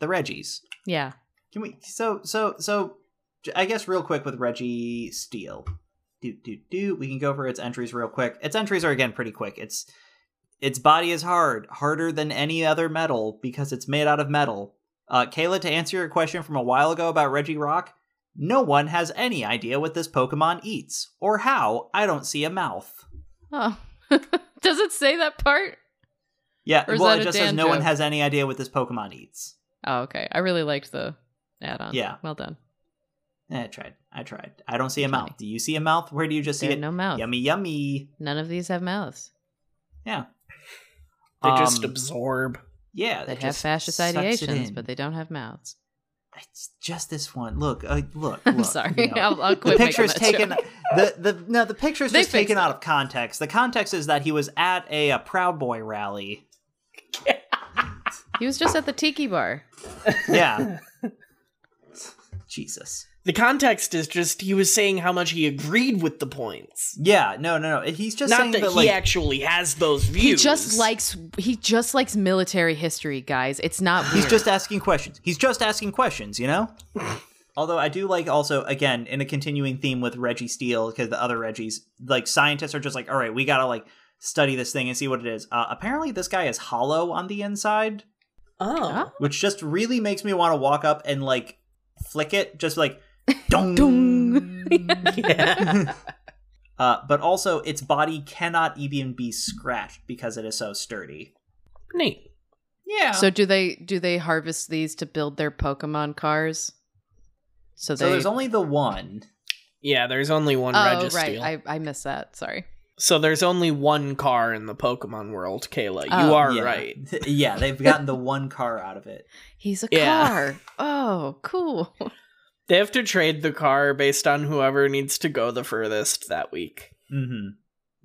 D: the Reggies.
A: Yeah.
D: Can we? So so so. j- I guess real quick with Reggie Steele. Do do do. We can go over its entries real quick. Its entries are again pretty quick. Its its body is hard, harder than any other metal because it's made out of metal. Uh, Kayla, to answer your question from a while ago about Reggie Rock, no one has any idea what this Pokemon eats or how. I don't see a mouth.
A: Oh. Does it say that part?
D: Yeah,
A: Or is
D: well,
A: that
D: it
A: a
D: just says
A: Dan
D: no one
A: joke?
D: has any idea what this Pokemon eats.
A: Oh, okay. I really liked the add-on.
D: Yeah.
A: Well done.
D: Eh, I tried. I tried. I don't see a
A: Funny.
D: mouth. Do you see a mouth? Where do you just see
A: There are
D: it?
A: no mouth.
D: Yummy, yummy.
A: None of these have mouths.
B: They just
D: Um,
B: absorb.
D: Yeah,
A: They
D: it
A: have
D: just
A: fascist
D: sucks it
A: ideations,
D: in.
A: but they don't have mouths.
D: It's just this one. Look, uh, look.
A: I'm
D: look,
A: sorry.
D: you know.
A: I'll, I'll
D: the
A: quit making
D: picture's
A: that
D: taken.
A: joke.
D: The the no, the picture's
A: They
D: just taken
A: fixed
D: out of context. The context is that he was at a, uh Proud Boy rally.
A: He was just at the tiki bar.
D: Yeah. Jesus.
B: The context is just he was saying how much he agreed with the points.
D: Yeah. No. No. No. He's just saying
B: Not that,
D: that,
B: he
D: like.
B: actually has those views.
A: He just likes he just likes military history, guys. It's not weird.
D: He's just asking questions. He's just asking questions, you know? Although I do like also, again, in a continuing theme with Reggie Steele, because the other Reggies, like scientists are just like, all right, we gotta like study this thing and see what it is. Uh, apparently, this guy is hollow on the inside,
B: Oh.
D: which just really makes me want to walk up and like flick it, just like, dong.
A: Dong.
B: Yeah.
D: Uh, but also, its body cannot even be scratched because it is so sturdy.
B: Neat.
D: Yeah.
A: So do they do they harvest these to build their Pokemon cars? So,
D: so
A: they
D: there's only the one.
B: Yeah, there's only one
A: Oh
B: Registeel.
A: right, I, I missed that. Sorry.
B: So there's only one car in the Pokemon world, Kayla. you
A: Oh,
B: are
D: Yeah.
B: right.
D: yeah, they've gotten the one car out of it.
A: He's a
B: Yeah.
A: car. Oh, cool.
B: They have to trade the car based on whoever needs to go the furthest that week.
D: Mm-hmm.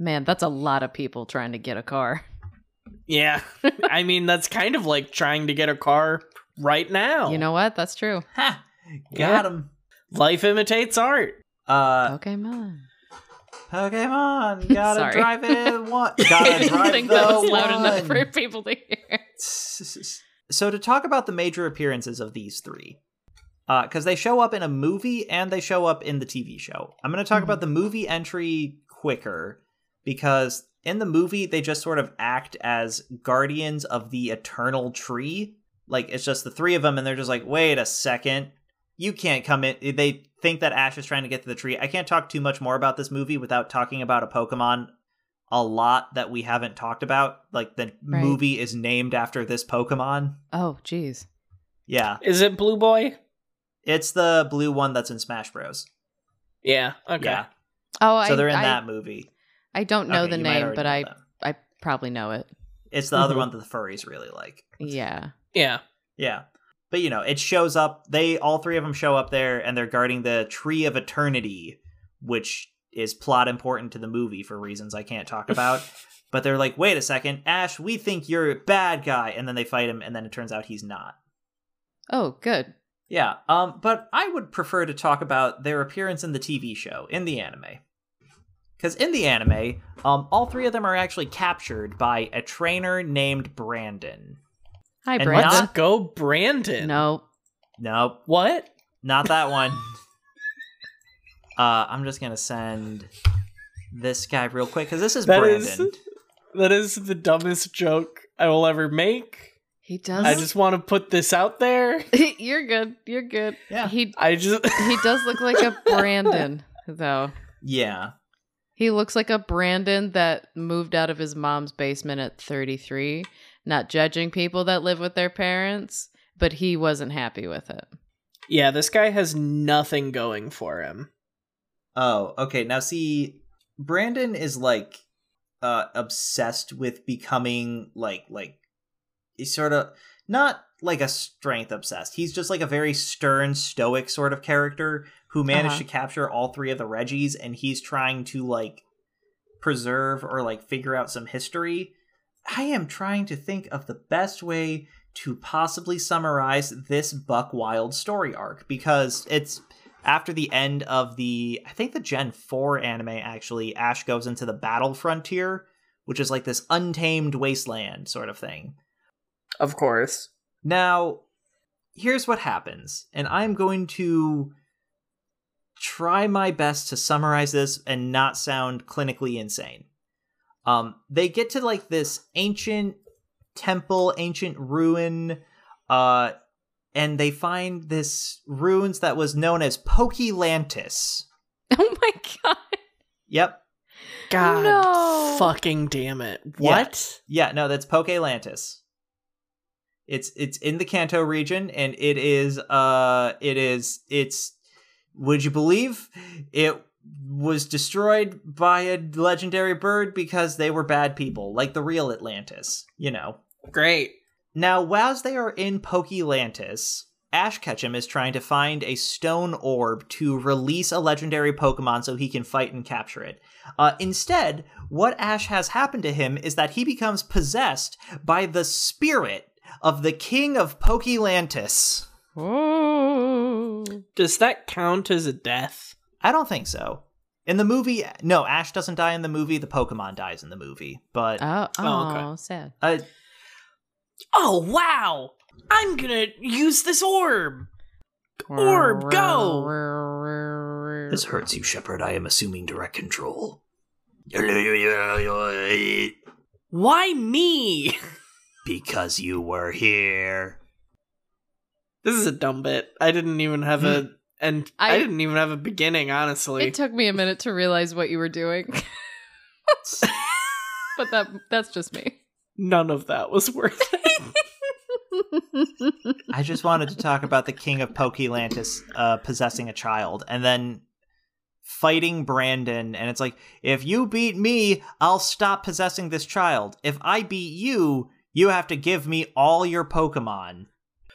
A: Man, that's a lot of people trying to get a car.
B: Yeah. I mean, that's kind of like trying to get a car right
D: Oh.
B: now.
A: You know what? That's true.
D: Ha!
B: Yeah.
D: Got him.
B: life imitates art.
D: Uh,
A: Pokemon.
D: Pokemon, gotta
A: Sorry.
D: drive it one.
A: I
D: Gotta
A: didn't
D: drive
A: think
D: the
A: that was loud
D: one.
A: enough for people to hear.
D: So to talk about the major appearances of these three, because they show up in a movie and they show up in the TV show. I'm going to talk
A: Mhm.
D: about the movie entry quicker because in the movie they just sort of act as guardians of the eternal tree. Like it's just the three of them, and they're just like, wait a second, you can't come in. They think that Ash is trying to get to the tree. I can't talk too much more about this movie without talking about a Pokemon a lot that we haven't talked about. Like the
A: Right.
D: movie is named after this Pokemon.
A: Oh, jeez.
D: Yeah,
B: Is it Blue Boy?
D: it's the blue one that's in Smash Bros.
B: Yeah. Okay.
D: Yeah,
A: Oh, I,
D: so they're in
A: I,
D: that movie.
A: I don't know
D: Okay,
A: the
D: you might
A: name,
D: already
A: but
D: know
A: I, Mm-hmm.
D: that.
A: I probably know it.
D: it's the other
B: Mhm.
D: one that the furries really like.
A: Yeah.
B: Yeah.
D: Yeah. But you know, it shows up. They all three of them show up there and they're guarding the Tree of Eternity, which is plot important to the movie for reasons I can't talk about. but they're like, "Wait a second, Ash, we think you're a bad guy." And then they fight him and then it turns out he's not.
A: Oh, good.
D: Yeah. Um but I would prefer to talk about their appearance in the TV show, in the anime. Cuz in the anime, um all three of them are actually captured by a trainer named Brandon.
A: Hi,
D: And
A: Brandon.
B: Let's go, Brandon.
A: No.
D: Nope.
B: What?
D: Not that one. uh, I'm just gonna send this guy real quick because this is
B: That
D: Brandon.
B: is- That is the dumbest joke I will ever make.
A: He does.
B: I just want to put this out there.
A: You're good. You're good.
D: Yeah.
A: He
B: I just
A: he does look like a Brandon though.
D: Yeah.
A: He looks like a Brandon that moved out of his mom's basement at 33, not judging people that live with their parents, but he wasn't happy with it.
B: Yeah, this guy has nothing going for him.
D: Oh, okay. Now see, Brandon is like uh obsessed with becoming like like he's sort of not like a strength obsessed. He's just like a very stern, stoic sort of character who managed
A: Uh-huh.
D: to capture all three of the Reggies and he's trying to like preserve or like figure out some history. I am trying to think of the best way to possibly summarize this Buck Wild story arc because it's after the end of the I think the Gen 4 anime actually Ash goes into the battle frontier which is like this untamed wasteland sort of thing.
B: Of course.
D: Now here's what happens and I'm going to try my best to summarize this and not sound clinically insane. Um they get to like this ancient temple, ancient ruin uh and they find this ruins that was known as Pokelantis.
A: Oh my god.
D: Yep,
B: God
A: No.
B: fucking damn it. What?
D: Yeah, no, that's Poke Lantis. It's it's in the Kanto region, and it is uh it is it's would you believe it was destroyed by a legendary bird because they were bad people, like the real Atlantis, you know.
B: Great.
D: Now, whilst they are in Poke Lantis, Ash Ketchum is trying to find a stone orb to release a legendary Pokemon so he can fight and capture it. Uh, instead, what Ash has happened to him is that he becomes possessed by the spirit of the king of Poke Lantis.
A: Oh.
B: Does that count as a death?
D: I don't think so. In the movie, no, Ash doesn't die in the movie. The Pokemon dies in the movie, but
A: Oh,
B: okay.
A: sad.
D: uh,
B: Oh wow. I'm gonna use this orb. Orb,
A: go.
D: this hurts you, Shepard. I am assuming direct control.
B: Why me?
D: Because you were here.
B: This is a dumb bit. I didn't even have a and I,
A: I-
B: didn't even have a beginning, honestly.
A: It took me a minute to realize what you were doing, but that that's just me.
B: None of that was worth it.
D: I just wanted to talk about the king of Pokelantis uh, possessing a child and then fighting Brandon. And it's like, if you beat me, I'll stop possessing this child. If I beat you, you have to give me all your Pokemon.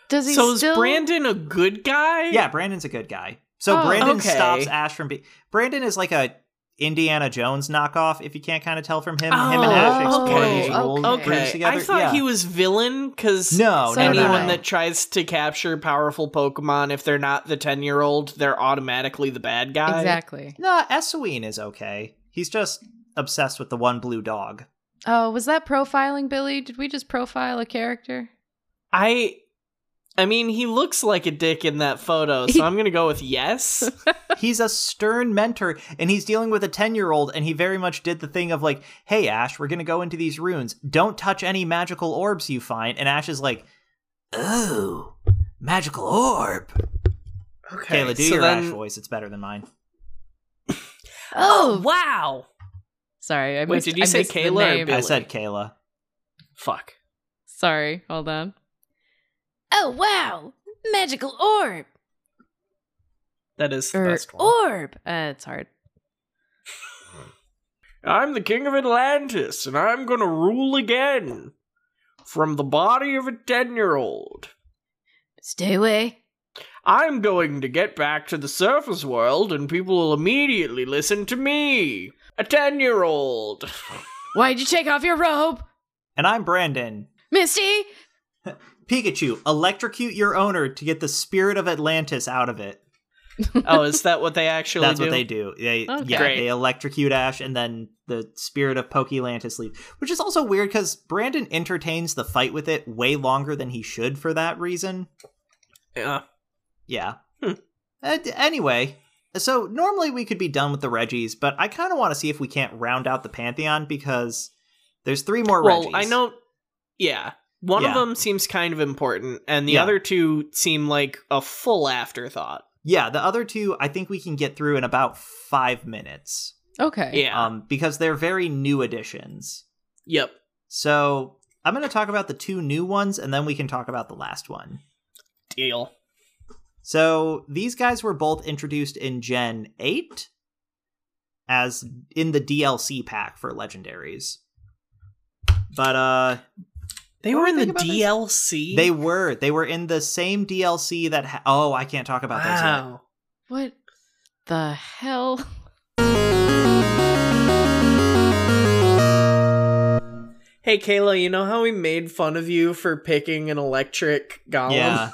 A: Does he
B: so
A: still
B: is Brandon a good guy?
D: Yeah, Brandon's a good guy. So
A: Oh,
D: Brandon
B: okay.
D: stops Ash from being. Brandon is like a Indiana Jones knockoff. If you can't kind of tell from him, him and Ash
B: Oh,
D: explore
B: okay,
D: these rules
A: okay.
D: rooms
B: Okay.
D: together.
B: I thought
D: yeah.
B: he was villain because
D: No, no, no,
B: anyone
D: no.
B: that tries to capture powerful Pokemon, if they're not the ten year old, they're automatically the bad guy.
A: Exactly.
D: No, Esween is okay. He's just obsessed with the one blue dog.
A: Oh, was that profiling Billy? Did we just profile a character?
B: I I mean he looks like a dick in that photo, so I'm gonna go with yes.
D: He's a stern mentor, and he's dealing with a 10 year old, and he very much did the thing of like, hey, Ash, we're going to go into these runes. Don't touch any magical orbs you find. And Ash is like, oh, magical orb. Kayla, do
B: so
D: your
B: then-
D: Ash voice. It's better than mine.
A: Oh,
B: wow.
A: sorry. I
B: Wait,
A: missed,
B: did you
A: I
B: say
A: missed the
B: Kayla or
A: name.
B: Billy?
D: I said Kayla.
B: Fuck.
A: Sorry, hold on. Oh wow, magical orb,
B: That is the
A: Er, Or-
B: best one.
A: orb. Uh, it's hard.
B: I'm the king of Atlantis, and I'm gonna rule again. From the body of a ten year old.
A: Stay away.
B: I'm going to get back to the surface world, and people will immediately listen to me. A ten year old.
A: Why'd you take off your robe,
D: And I'm Brandon.
A: Misty?
D: Pikachu, electrocute your owner to get the spirit of Atlantis out of it.
B: oh, is that what they actually
D: That's what they do. They
A: Okay.
D: yeah,
B: Great.
D: they electrocute Ash, and then the spirit of Pokelantis leaves, which is also weird because Brandon entertains the fight with it way longer than he should for that reason.
B: Yeah.
D: Yeah.
B: Hmm.
D: Uh, d- anyway, so normally we could be done with the Reggies, but I kind of want to see if we can't round out the pantheon because there's three more
B: Well,
D: Reggies.
B: I know. Yeah. One of
D: Yeah.
B: them seems kind of important, and the
D: Yeah.
B: other two seem like a full afterthought.
D: Yeah, the other two I think we can get through in about five minutes,
A: Okay.
B: Yeah.
D: um, because they're very new additions.
B: yep.
D: So I'm going to talk about the two new ones and then we can talk about the last one.
B: Deal.
D: So these guys were both introduced in Gen 8 as in the DLC pack for legendaries. But uh
B: They
D: What
B: were
D: do
B: in
D: you
B: the
D: think about this?
B: DLC.
D: they were they were in the same DLC that ha- oh, I can't talk about those yet.
B: wow.
A: What the hell?
B: Hey Kayla, you know how we made fun of you for picking an electric golem?
D: Yeah.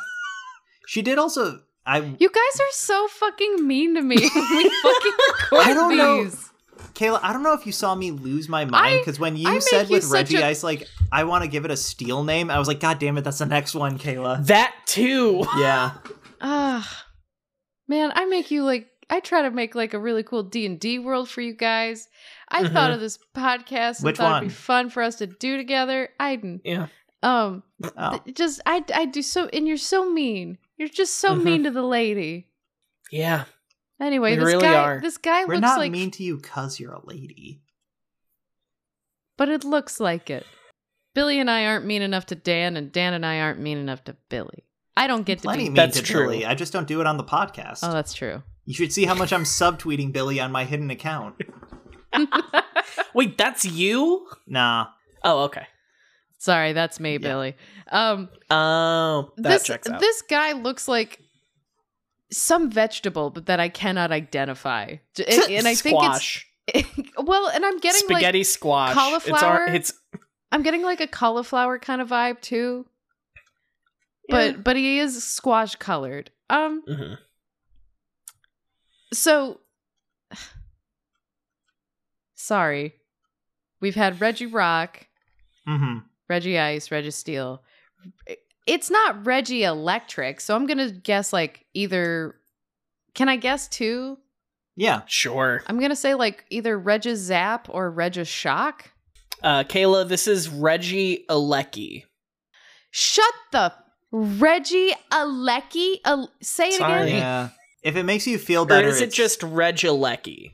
D: she did also I
A: You guys are so fucking mean to me. we fucking record
D: I don't know.
A: these.
D: Kayla, I don't know if you saw me lose my mind
A: I-
D: because when
A: I
D: you
A: make
D: said
A: you
D: with
A: such
D: Reggie
A: a-
D: Ice, like I want to give it a steel name, I was like, God damn it, that's the next one, Kayla.
B: That too.
D: Yeah,
A: Ah, man, I make you like I try to make like a really cool D and D world for you guys. I thought
B: Mhm.
A: of this podcast and
D: Mm-hmm. Which
A: thought
D: one?
A: it'd be fun for us to do together. I
B: Yeah.
A: um
D: oh,
A: th- just I I do so and you're so mean. You're just so
D: Mm-hmm.
B: Mhm.
A: mean to the lady.
B: Yeah.
A: Anyway,
B: We
A: this
B: really
A: guy
B: are.
A: this guy
D: we're
A: looks
D: not
A: like
D: mean to you because you're a lady.
A: but it looks like it. Billy and I aren't mean enough to Dan and Dan and I aren't mean enough to Billy. I don't get to
D: Plenty
A: be
D: mean
B: That's
D: to
B: true.
D: Billy. I just don't do it on the podcast.
A: Oh, that's true.
D: you should see how much I'm subtweeting Billy on my hidden account.
B: Wait, that's you?
D: Nah,
B: Oh, okay.
A: Sorry, that's me,
D: Yeah.
A: Billy. Um
B: Oh, that
A: this
B: checks out.
A: this guy looks like some vegetable, but that I cannot identify. J- And, and I think it's
B: squash.
A: well, and I'm getting like
B: spaghetti squash. It's,
A: cauliflower.
B: ar- it's
A: I'm getting like a cauliflower kind of vibe too. But but he is squash colored. Um
B: Mhm.
A: so sorry. We've had Reggie Rock,
D: mm-hmm.
A: Reggie Ice, Reggie Steel. It's not Reggie Electric, so I'm gonna guess like either can I guess two?
D: yeah,
B: Sure.
A: I'm gonna say like either Reggie Zap or Reggie Shock.
B: Uh, Kayla, this is Reggie Alecki.
A: Shut the Reggie Alecki. Al- say it
B: Sorry.
A: again.
D: yeah. If it makes you feel
B: Or
D: better,
B: is it
D: it's-
B: just Reg Alecki?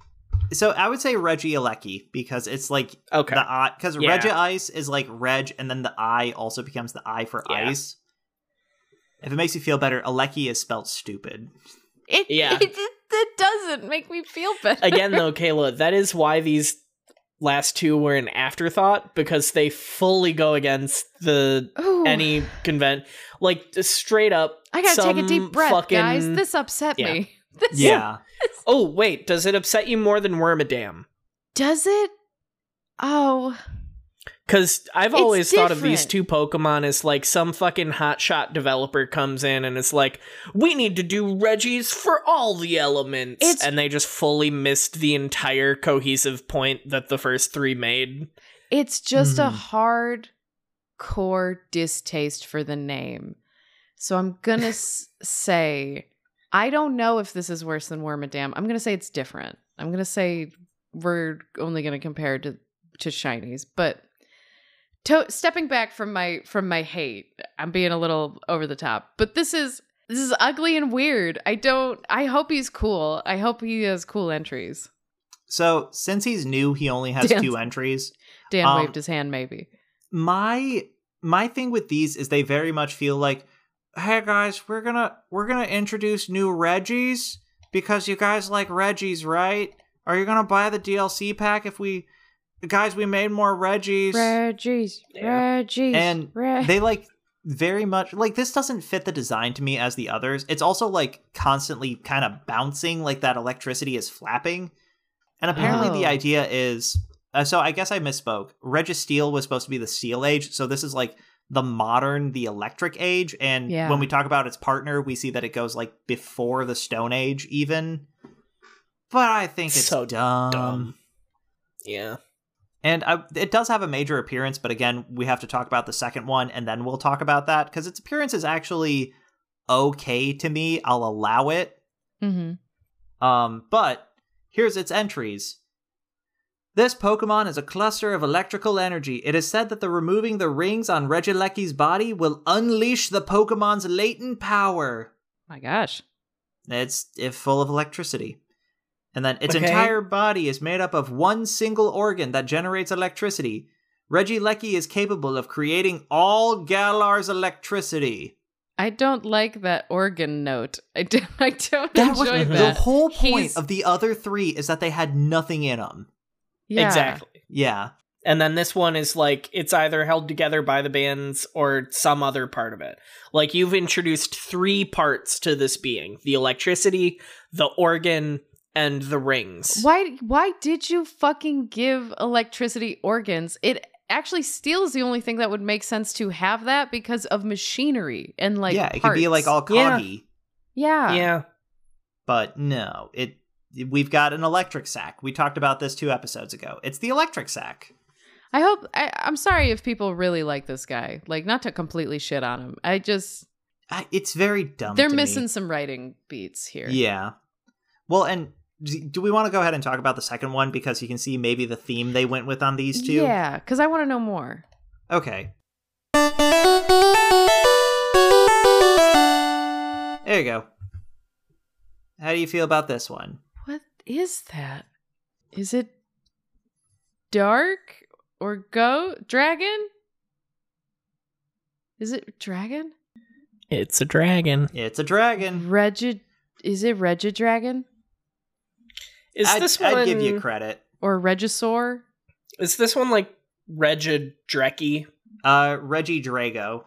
D: so? I would say Reggie Alecki because it's like
B: Okay.
D: the I because
B: Yeah.
D: Reg Ice is like Reg, and then the I also becomes the I for
B: Yeah.
D: ice. If it makes you feel better, Aleki is spelt stupid.
A: It,
B: Yeah.
A: it, it, it doesn't make me feel better.
B: Again, though, Kayla, that is why these last two were an afterthought because they fully go against the
A: Ooh,
B: any convent like just straight up
A: I gotta take a
B: some
A: deep breath,
B: fucking-
A: guys. This upset
B: Yeah.
A: me. This
D: Yeah.
B: oh wait does it upset you more than wormadam
A: does it. Oh,
B: because i've
A: It's
B: always thought of these two
A: different.
B: pokemon as like some fucking hotshot developer comes in and it's like we need to do reggies for all the elements
A: It's-
B: and they just fully missed the entire cohesive point that the first three made
A: it's just a
D: Mhm.
A: hard core distaste for the name. So I'm gonna s- say I don't know if this is worse than Wormadam. I'm gonna say it's different. I'm gonna say we're only gonna compare it to to shinies, but to- stepping back from my from my hate, I'm being a little over the top. But this is this is ugly and weird. I don't. I hope he's cool. I hope he has cool entries.
D: So since he's new, he only has
A: Damn.
D: two entries.
A: Dan
D: Um,
A: waved his hand. Maybe.
D: my my thing with these is they very much feel like hey guys we're gonna we're gonna introduce new reggies because you guys like reggies right are you gonna buy the dlc pack if we guys we made more reggies
A: Reggie's.
B: Yeah.
A: Reggie's.
D: And they like very much like this doesn't fit the design to me as the others it's also like constantly kind of bouncing like that electricity is flapping and apparently the
A: Oh.
D: idea is uh, so i guess i misspoke registeel was supposed to be the steel age so this is like the modern the electric age and
A: Yeah.
D: when we talk about its partner we see that it goes like before the stone age even but i think it's
B: So
D: dumb.
B: dumb yeah
D: And I, it does have a major appearance, but again, we have to talk about the second one, and then we'll talk about that because its appearance is actually okay to me. I'll allow it.
A: mm-hmm.
D: Um, but here's its entries. This Pokemon is a cluster of electrical energy. It is said that the removing the rings on Regilecki's body will unleash the Pokemon's latent power.
A: My gosh.
D: It's if full of electricity. And then its
B: Okay.
D: entire body is made up of one single organ that generates electricity. Reggie Lecky is capable of creating all Galar's electricity.
A: I don't like that organ note. I don't, I don't
D: That was
A: enjoy
B: Mhm.
D: the
A: that.
D: whole point
A: He's-
D: of the other three is that they had nothing in them.
A: Yeah.
B: exactly
D: Yeah.
B: And then this one is like it's either held together by the bands or some other part of it. Like you've introduced three parts to this being: the electricity, the organ, and the rings.
A: Why why did you fucking give electricity organs? It actually steel is the only thing that would make sense to have that because of machinery and like
D: yeah, it could be
A: parts.
D: like all
B: Yeah.
D: coggy,
A: Yeah.
B: Yeah,
D: but no, it we've got an electric sack. We talked about this two episodes ago. It's the electric sack.
A: I hope I, I'm sorry if people really like this guy. Like not to completely shit on him. I just
D: I, it's very dumb.
A: they're
D: to me.
A: missing some writing beats here.
D: Yeah. Well, and d- do we want to go ahead and talk about the second one because you can see maybe the theme they went with on these two?
A: Yeah, because I want to know more.
D: Okay. There you go. How do you feel about this one?
A: What is that? Is it dark or go dragon? Is it dragon?
B: it's a dragon.
D: It's a dragon.
A: Regid is it Regidragon
B: Is
D: I'd,
B: this one?
D: I'd give you credit.
A: or Regisaur?
B: Is this one like Regid Drecky?
D: Uh, Reggie Drago.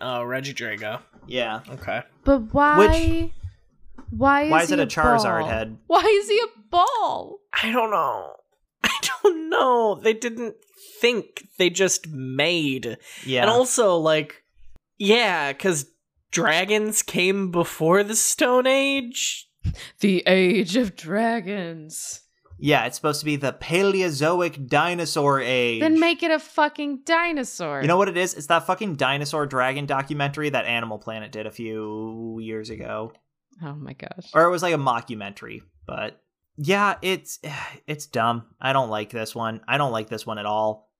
B: Oh, Regidrago.
D: Yeah.
B: Okay.
A: But why why is,
D: Why is
A: he
D: it a Charizard
A: ball?
D: head?
A: Why is he a ball?
B: I don't know. I don't know. They didn't think. They just made.
D: Yeah.
B: And also, like, yeah, because dragons came before the Stone Age.
A: The age of dragons.
D: yeah, it's supposed to be the Paleozoic dinosaur age.
A: Then make it a fucking dinosaur.
D: You know what it is? It's that fucking dinosaur dragon documentary that Animal Planet did a few years ago,
A: Oh my gosh.
D: or it was like a mockumentary. But yeah, it's it's dumb. I don't like this one. I don't like this one at all.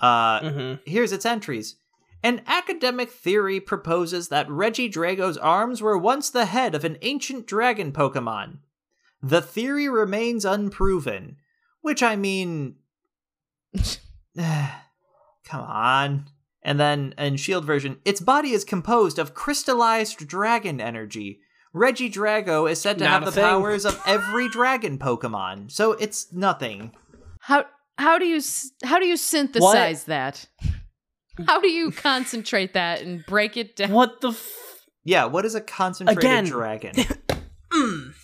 D: Uh,
B: Mm-hmm.
D: here's its entries. An academic theory proposes that Reggie Drago's arms were once the head of an ancient dragon Pokemon. The theory remains unproven, which I mean. come on. And then in Shield E version, its body is composed of crystallized dragon energy. Reggie Drago is said to
B: Not
D: have
B: a
D: the
B: thing.
D: powers of every dragon Pokemon, so it's nothing.
A: How how do you s- how do you synthesize that? How do you concentrate that and break it down?
B: What the f-
D: Yeah, what is a concentrated
B: Again.
D: dragon?
B: Mm.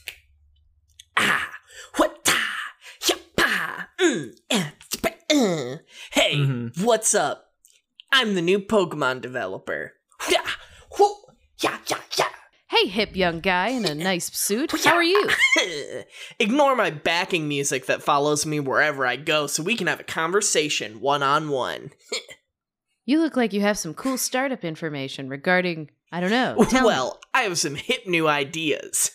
B: Ah, what ah, yappa, mm, eh, tpa, eh. Hey,
D: Mhm.
B: what's up? I'm the new Pokemon developer. Yeah, whoo, yeah, yeah,
A: Hey, hip young guy in a nice suit. How are you?
B: yeah. Ignore my backing music that follows me wherever I go so we can have a conversation one on one.
A: You look like you have some cool startup information regarding I don't know. Tell me.
B: Well, I have some hip new ideas.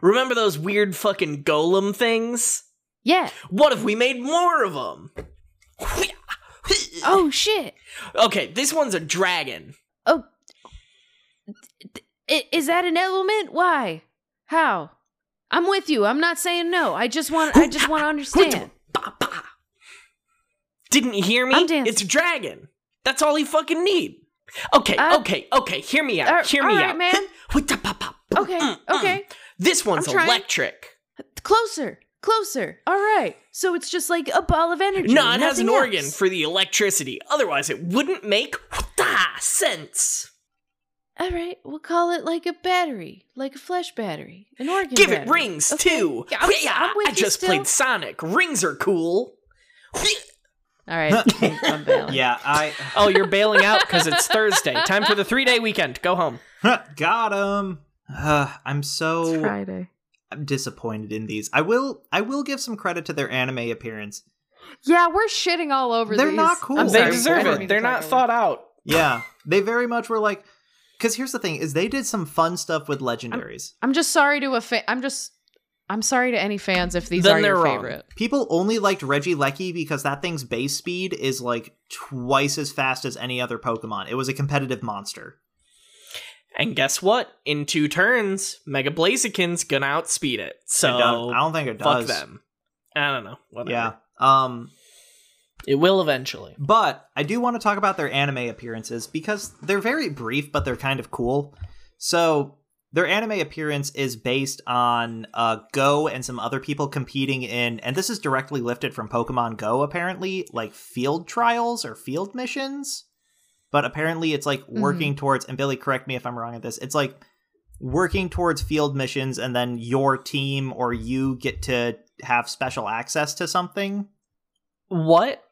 B: Remember those weird fucking golem things?
A: yeah.
B: What if we made more of them?
A: Oh shit.
B: Okay, this one's a dragon.
A: Oh, I- is that an element? Why? How? I'm with you. I'm not saying no. I just want. I just want to understand.
B: Didn't you hear me?
A: I'm dancing.
B: It's a dragon. That's all he fucking need. Okay,
A: Uh,
B: okay, okay. Hear me out.
A: all-
B: hear me
A: all right,
B: out.
A: man.
B: Wha-ta-pa-pa.
A: Okay.
B: Mm, mm.
A: Okay.
B: This one's
A: I'm trying.
B: electric.
A: Closer. Closer. All right. So it's just like a ball of energy.
B: No, it has an
A: nothing
B: organ
A: else.
B: for the electricity. Otherwise, it wouldn't make wha-ta sense.
A: All right. We'll call it like a battery, like a flash battery, an organ.
B: Give it
A: battery.
B: rings
A: Okay.
B: too.
A: Yeah, I'm-
B: Whee-ah!
A: I'm with
B: I
A: you
B: just
A: still.
B: played Sonic. Rings are cool. Whee-
A: All right. I'm bailing.
D: yeah, I
B: Oh, you're bailing out because it's Thursday. Time for the three day weekend. Go home.
D: got him. Uh, I'm
A: It's
D: so
A: Friday.
D: I'm disappointed in these. I will I will give some credit to their anime appearance.
A: Yeah, we're shitting all over.
D: They're
A: these.
D: not cool.
A: I'm
D: They
A: sorry.
D: deserve
A: I don't
D: it.
A: mean to
B: They're
A: talk
B: not
A: over.
B: thought out.
D: Yeah, they very much were like cuz here's the thing is they did some fun stuff with legendaries.
A: I'm just sorry to a fa- I'm just I'm sorry to any fans if these
B: Then
A: are your
B: they're wrong.
A: favorite.
D: People only liked Reggie Lecky because that thing's base speed is like twice as fast as any other Pokemon. It was a competitive monster.
B: And guess what? In two turns, Mega Blaziken's gonna outspeed it.
D: I don't, I
B: So
D: don't think it
B: fuck
D: does.
B: them. I don't know. Whatever.
D: Yeah. Um
B: It will eventually.
D: But I do want to talk about their anime appearances because they're very brief, but they're kind of cool. So their anime appearance is based on uh, Go and some other people competing in, and this is directly lifted from Pokemon Go, apparently, like field trials or field missions. But apparently, it's like working towards, and Billy, correct me if I'm wrong at this, it's like working towards field missions, and then your team or you get to have special access to something
B: What?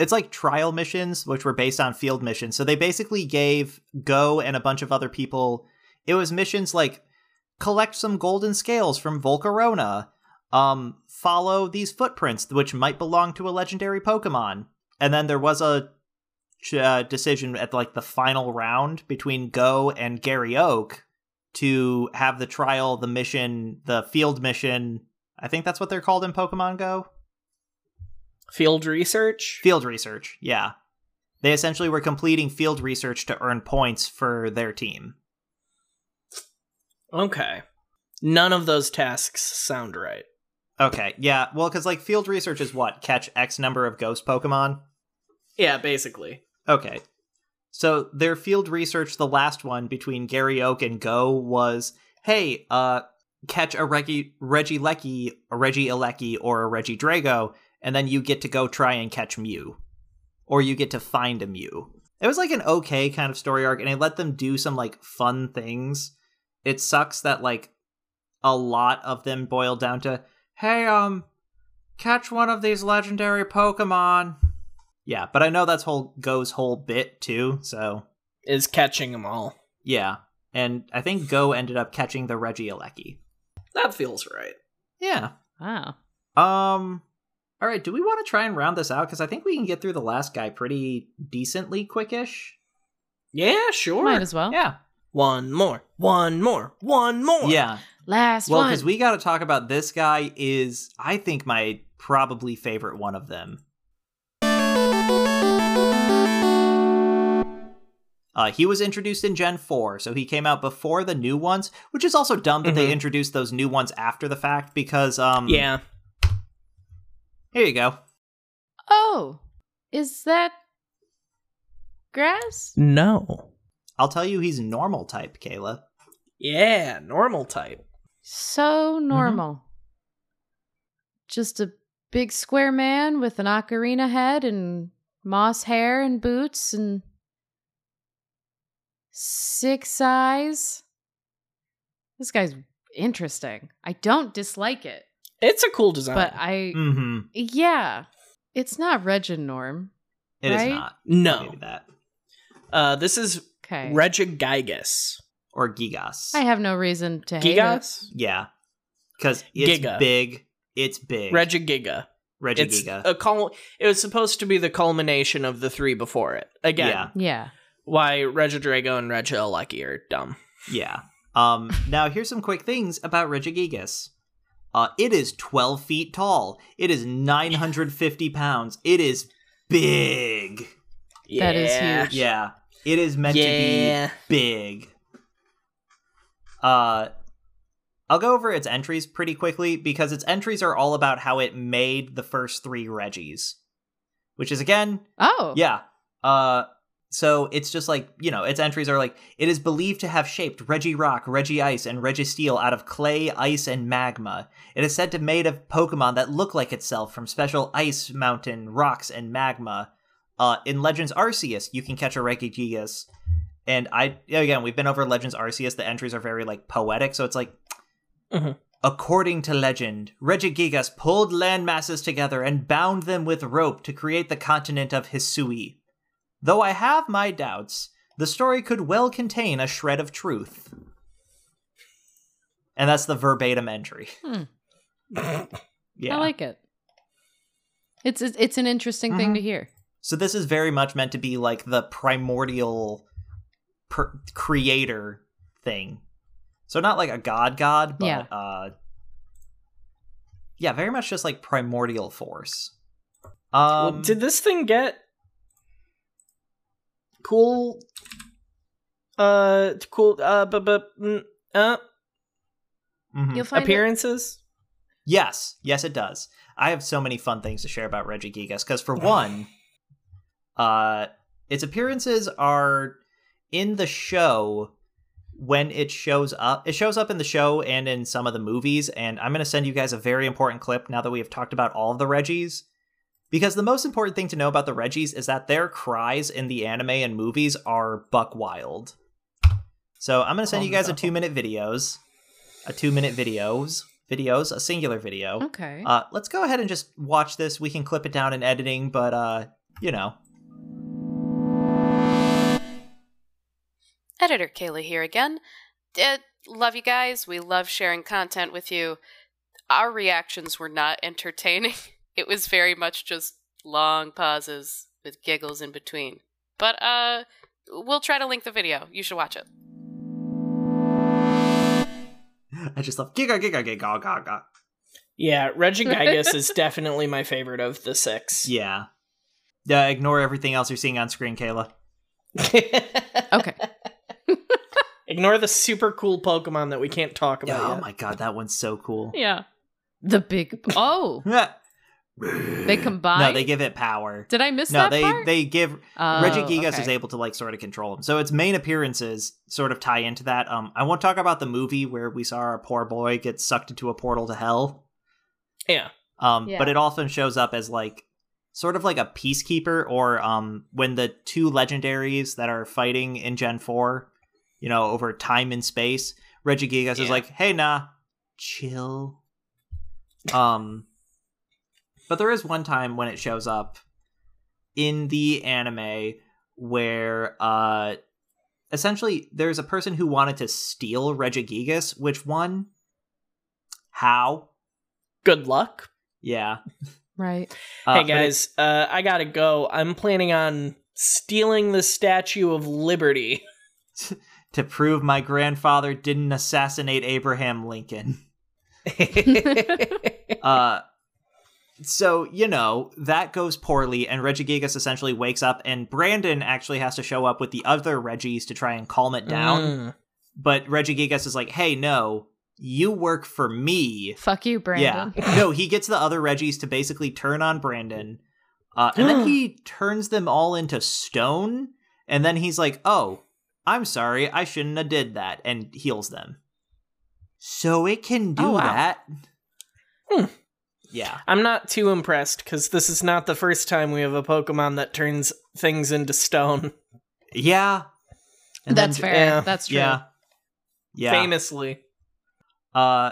D: it's like trial missions which were based on field missions so they basically gave go and a bunch of other people it was missions like collect some golden scales from volcarona um follow these footprints which might belong to a legendary pokemon and then there was a ch- uh, decision at like the final round between go and gary oak to have the trial the mission the field mission i think that's what they're called in pokemon go
B: Field research?
D: Field research, yeah. They essentially were completing field research to earn points for their team.
B: Okay. None of those tasks sound right.
D: Okay, yeah, well, because like field research is what? Catch X number of ghost Pokemon?
B: Yeah, basically.
D: Okay. So their field research, the last one between Gary Oak and Go, was hey, uh, catch a Reggie Reggie Lecky, a Reggie Elecki, or a Reggie Drago, and then you get to go try and catch Mew. Or you get to find a Mew. It was like an okay kind of story arc, and it let them do some like fun things. It sucks that like a lot of them boiled down to, hey, um, catch one of these legendary Pokemon. Yeah, but I know that's whole Go's whole bit too. So
B: Is catching them all.
D: yeah, and I think Go ended up catching the Reggie Regieleki.
B: That feels right.
D: Yeah.
A: Wow.
D: Um. All right. Do we want to try and round this out? Because I think we can get through the last guy pretty decently, quickish.
B: Yeah, sure.
A: Might as well.
D: Yeah.
B: One more. One more. One more.
D: Yeah.
A: Last
D: Well,
A: one.
D: because we got to talk about this guy is I think my probably favorite one of them. Uh, he was introduced in Gen 4, so he came out before the new ones, which is also dumb that they
B: Mhm.
D: introduced those new ones after the fact because um
B: Yeah.
D: here you go.
A: oh, is that grass?
B: No.
D: I'll tell you he's normal type, Kayla.
B: Yeah,
D: Mm-hmm.
B: normal type.
A: So normal. Just a big square man with an ocarina head and moss hair and boots and six eyes. This guy's interesting. I don't dislike it,
B: It's a cool design.
A: but I
D: Mm-hmm.
A: yeah, it's not Reginorm.
D: It is
A: Right?
D: not.
B: no.
D: Maybe that.
B: Uh, this is
A: Okay,
B: Regigigas.
D: Or Gigas.
A: I have no reason to hate it.
B: Gigas?
D: yeah. Because it's
B: Giga.
D: big. It's big.
B: Regigiga.
D: Regigiga.
B: It's a cul- it was supposed to be the culmination of the three before it. Again,
D: Yeah.
A: Yeah,
B: why Regidrago and Regieleki are dumb.
D: Yeah. Um, now here's some quick things about Regigigas. Uh, it is 12 feet tall. It is 950 pounds. It is big.
B: Yeah.
A: That is huge.
D: Yeah. It is meant
B: yeah.
D: to be big. Uh, I'll go over its entries pretty quickly because its entries are all about how it made the first three Reggies, which is again
A: Oh,
D: yeah. Uh so it's just like, you know, its entries are like it is believed to have shaped Reggie Rock, Reggie Ice, and Reggie Steel out of clay, ice, and magma. It is said to made of Pokemon that look like itself from special ice, mountain, rocks, and magma. Uh in Legends Arceus, you can catch a Regigigas. And I yeah, again, we've been over Legends Arceus, the entries are very like poetic, so it's like
B: Mhm.
D: According to legend, Regigigas pulled land masses together and bound them with rope to create the continent of Hisui. Though I have my doubts, the story could well contain a shred of truth. And that's the verbatim entry.
A: Hmm. I
D: Yeah.
A: like it. It's it's it's an interesting thing
D: Mhm.
A: to hear.
D: so this is very much meant to be like the primordial per- creator thing. So not like a god god, but
A: Yeah.
D: uh yeah, very much just like primordial force. Um
B: well, did this thing get cool? Uh, cool. Uh, but but uh,
D: mhm.
A: You'll find it-
B: appearances.
D: Yes, yes, it does. I have so many fun things to share about Regigigas because, for one, uh, its appearances are in the show when it shows up. It shows up in the show and in some of the movies. And I'm going to send you guys a very important clip now that we have talked about all of the Reggies. Because the most important thing to know about the Reggies is that their cries in the anime and movies are buck wild. So I'm going to send
B: Oh
D: you
B: no.
D: guys a two minute videos, a two minute videos, videos, a singular video.
A: Okay.
D: Uh, let's go ahead and just watch this. We can clip it down in editing, but uh, you know,
E: Editor Kayla here again. Eh, love you guys. We love sharing content with you. Our reactions were not entertaining. It was very much just long pauses with giggles in between. But uh we'll try to link the video. You should watch it.
D: I just love giga giga giga giga. giga.
B: Yeah, Regigigas is definitely my favorite of the six.
D: Yeah, yeah. Ignore everything else you're seeing on screen, Kayla.
A: okay.
B: Ignore the super cool Pokemon that we can't talk about.
D: Oh
B: yet.
D: my god, that one's so cool.
A: Yeah. The big oh they combine.
D: No, they give it power.
A: Did I miss
D: No,
A: that
D: they
A: part?
D: they give
A: oh,
D: Regigigas
A: okay.
D: is able to like sort of control him. So its main appearances sort of tie into that. Um, I won't talk about the movie where we saw our poor boy get sucked into a portal to hell.
B: Yeah.
D: Um,
A: Yeah.
D: but it often shows up as like sort of like a peacekeeper or um when the two legendaries that are fighting in Gen 4, you know, over time and space, Regigigas is
B: Yeah.
D: like, "Hey, nah, chill." Um but there is one time when it shows up in the anime where uh essentially there's a person who wanted to steal Regigigas, which one? How?
B: Good luck.
D: Yeah.
A: right.
D: Uh,
B: hey
D: but it-
B: guys, uh, I gotta go. I'm planning on stealing the Statue of Liberty.
D: to prove my grandfather didn't assassinate Abraham Lincoln. Uh, so you know that goes poorly, and Regigigas essentially wakes up, and Brandon actually has to show up with the other Reggies to try and calm it down.
B: Mm.
D: But Regigigas is like, "Hey, no, you work for me."
A: Fuck you, Brandon.
D: Yeah, no, he gets the other Reggies to basically turn on Brandon, uh, and then he turns them all into stone, and then he's like, "Oh, I'm sorry, I shouldn't have did that," and heals them. So it can do
A: Oh, wow.
D: that. Yeah.
B: I'm not too impressed because this is not the first time we have a Pokemon that turns things into stone.
D: Yeah. And
A: That's
D: then,
A: fair.
B: yeah.
A: That's true.
D: Yeah. Yeah.
B: Famously.
D: Uh,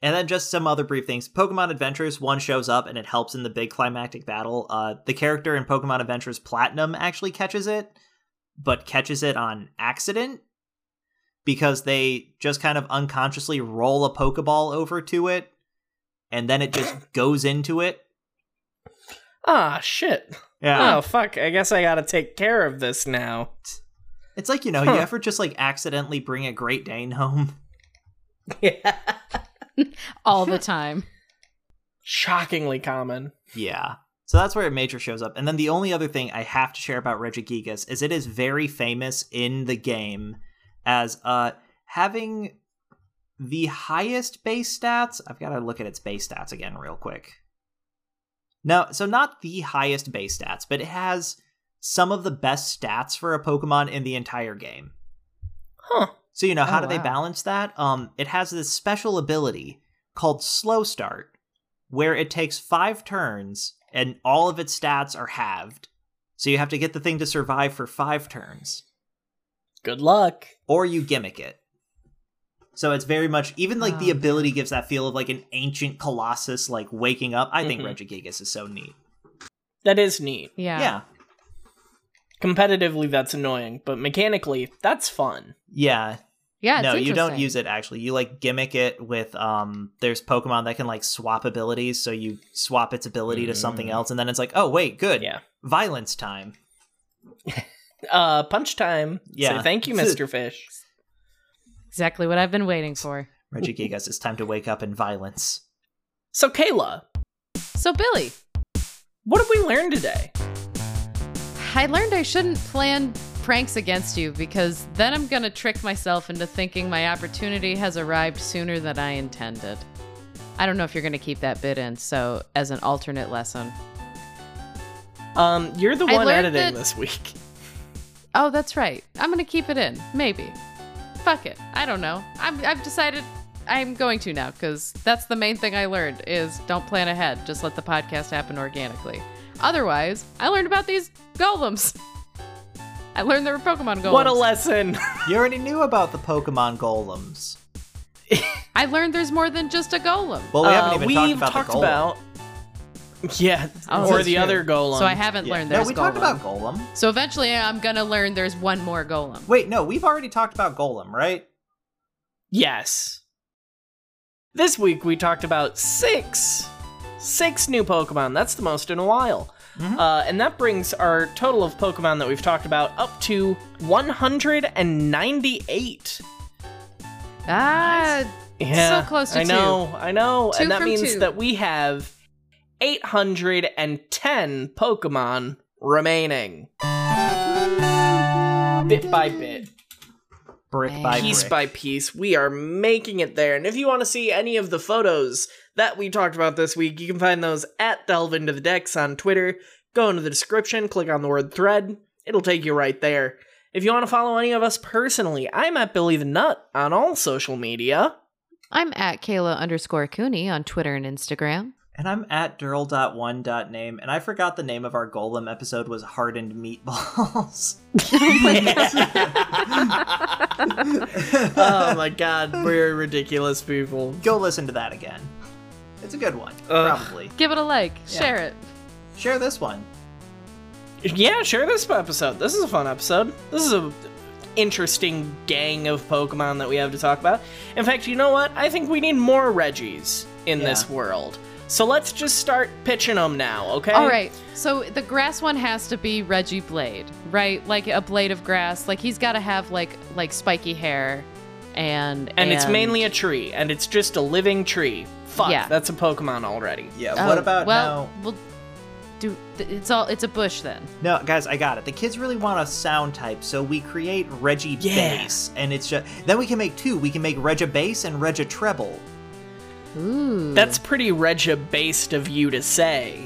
D: and then just some other brief things. Pokemon Adventures one shows up and it helps in the big climactic battle. Uh, the character in Pokemon Adventures Platinum actually catches it, but catches it on accident because they just kind of unconsciously roll a Pokeball over to it, and then it just goes into it.
B: Ah, shit.
D: Yeah,
B: Oh, fuck. I guess I gotta take care of this now.
D: it's like you know,
B: Huh.
D: you ever just like accidentally bring a Great Dane home?
B: Yeah.
A: All the time.
B: Shockingly common.
D: Yeah. So that's where Major shows up. And then the only other thing I have to share about Regigigas is it is very famous in the game as uh having the highest base stats. I've got to look at its base stats again real quick. No, so not the highest base stats, but it has some of the best stats for a Pokemon in the entire game.
B: Huh.
D: So you know, how
A: Oh,
D: do they
A: wow.
D: balance that? Um, it has this special ability called Slow Start, where it takes five turns and all of its stats are halved. So you have to get the thing to survive for five turns,
B: Good luck.
D: or you gimmick it. So it's very much even like the
A: Oh,
D: ability gives that feel of like an ancient colossus like waking up. I think
B: Mhm.
D: Regigigas is so neat.
B: That is neat.
A: Yeah.
D: Yeah. yeah.
B: Competitively, that's annoying, but mechanically, that's fun.
A: Yeah. It's
D: no, you don't
A: interesting.
D: use it actually. You like gimmick it with um there's Pokemon that can like swap abilities, so you swap its ability to something
B: Mm.
D: else and then it's like, "Oh, wait, good.
B: Yeah.
D: Violence time."
B: Uh, punch time.
D: Yeah.
B: Say thank you, Mr. Fish.
A: exactly what I've been waiting for.
D: Regigigas, it's time to wake up in violence.
B: So, Kayla,
A: So Billy,
B: what did we learn today?
A: I learned I shouldn't plan pranks against you because then I'm gonna trick myself into thinking my opportunity has arrived sooner than I intended. I don't know if you're gonna keep that bit in, so as an alternate lesson.
B: Um, you're the
A: I
B: one
A: learned
B: editing
A: that-
B: this week.
A: Oh, that's right. I'm gonna keep it in. Maybe. Fuck it. I don't know. I'm, I've decided I'm going to now because that's the main thing I learned is don't plan ahead. Just let the podcast happen organically. Otherwise, I learned about these golems. I learned there were Pokemon golems.
B: What a lesson.
D: You already knew about the Pokemon golems.
A: I learned there's more than just a golem.
D: Well, we haven't
B: Uh,
D: even talked
B: we've
D: about
B: talked
D: the golem.
B: about- yeah,
A: Oh,
B: or
A: that's
B: the
A: true.
B: other golem.
A: So I haven't
D: Yeah.
A: learned
D: no,
A: there's
D: we
A: golem.
D: talked about golem.
A: so eventually, I'm gonna learn there's one more golem.
D: Wait, no, we've already talked about golem, right?
B: Yes. This week we talked about six, six new Pokemon. That's the most in a while.
D: Mhm.
B: Uh, and that brings our total of Pokemon that we've talked about up to 198.
A: Ah,
B: Yeah,
A: So close to
B: I
A: two.
B: know, I know,
A: Two
B: and that
A: from
B: means
A: two.
B: that we have 810 Pokemon remaining. Bit by bit,
D: Brick
A: Man.
D: by
B: piece
D: brick.
B: by piece, we are making it there. And if you want to see any of the photos that we talked about this week, you can find those at Delve Into the Decks on Twitter. Go into the description, click on the word thread, it'll take you right there. If you want to follow any of us personally, I'm at Billy the Nut on all social media.
A: I'm at Kayla underscore Cooney on Twitter and Instagram.
D: And I'm at Durl.1.name, and I forgot the name of our golem episode was Hardened Meatballs.
B: oh my god, we're ridiculous people.
D: Go listen to that again. It's a good one,
B: Ugh.
D: probably.
A: Give it a like, share it.
D: Share this one.
B: Yeah, share this episode. This is a fun episode. This is a interesting gang of Pokemon that we have to talk about. In fact, you know what? I think we need more Reggies in
D: Yeah.
B: this world. So let's just start pitching them now, okay?
A: All right. So the grass one has to be Reggie Blade, right? Like a blade of grass. Like he's got to have like like spiky hair, and
B: And, it's mainly a tree, and it's just a living tree. Fuck,
A: Yeah.
B: that's a Pokemon already.
D: Yeah.
A: Oh,
D: what about
A: well, Well, do th- it's all it's a bush then.
D: no? No, guys, I got it. The kids really want a sound type, so we create Reggie
B: Yeah.
D: bass, and it's just then we can make two. We can make Reggie bass and Reggie treble.
A: Ooh.
B: Hmm. That's pretty Regia based of you to say.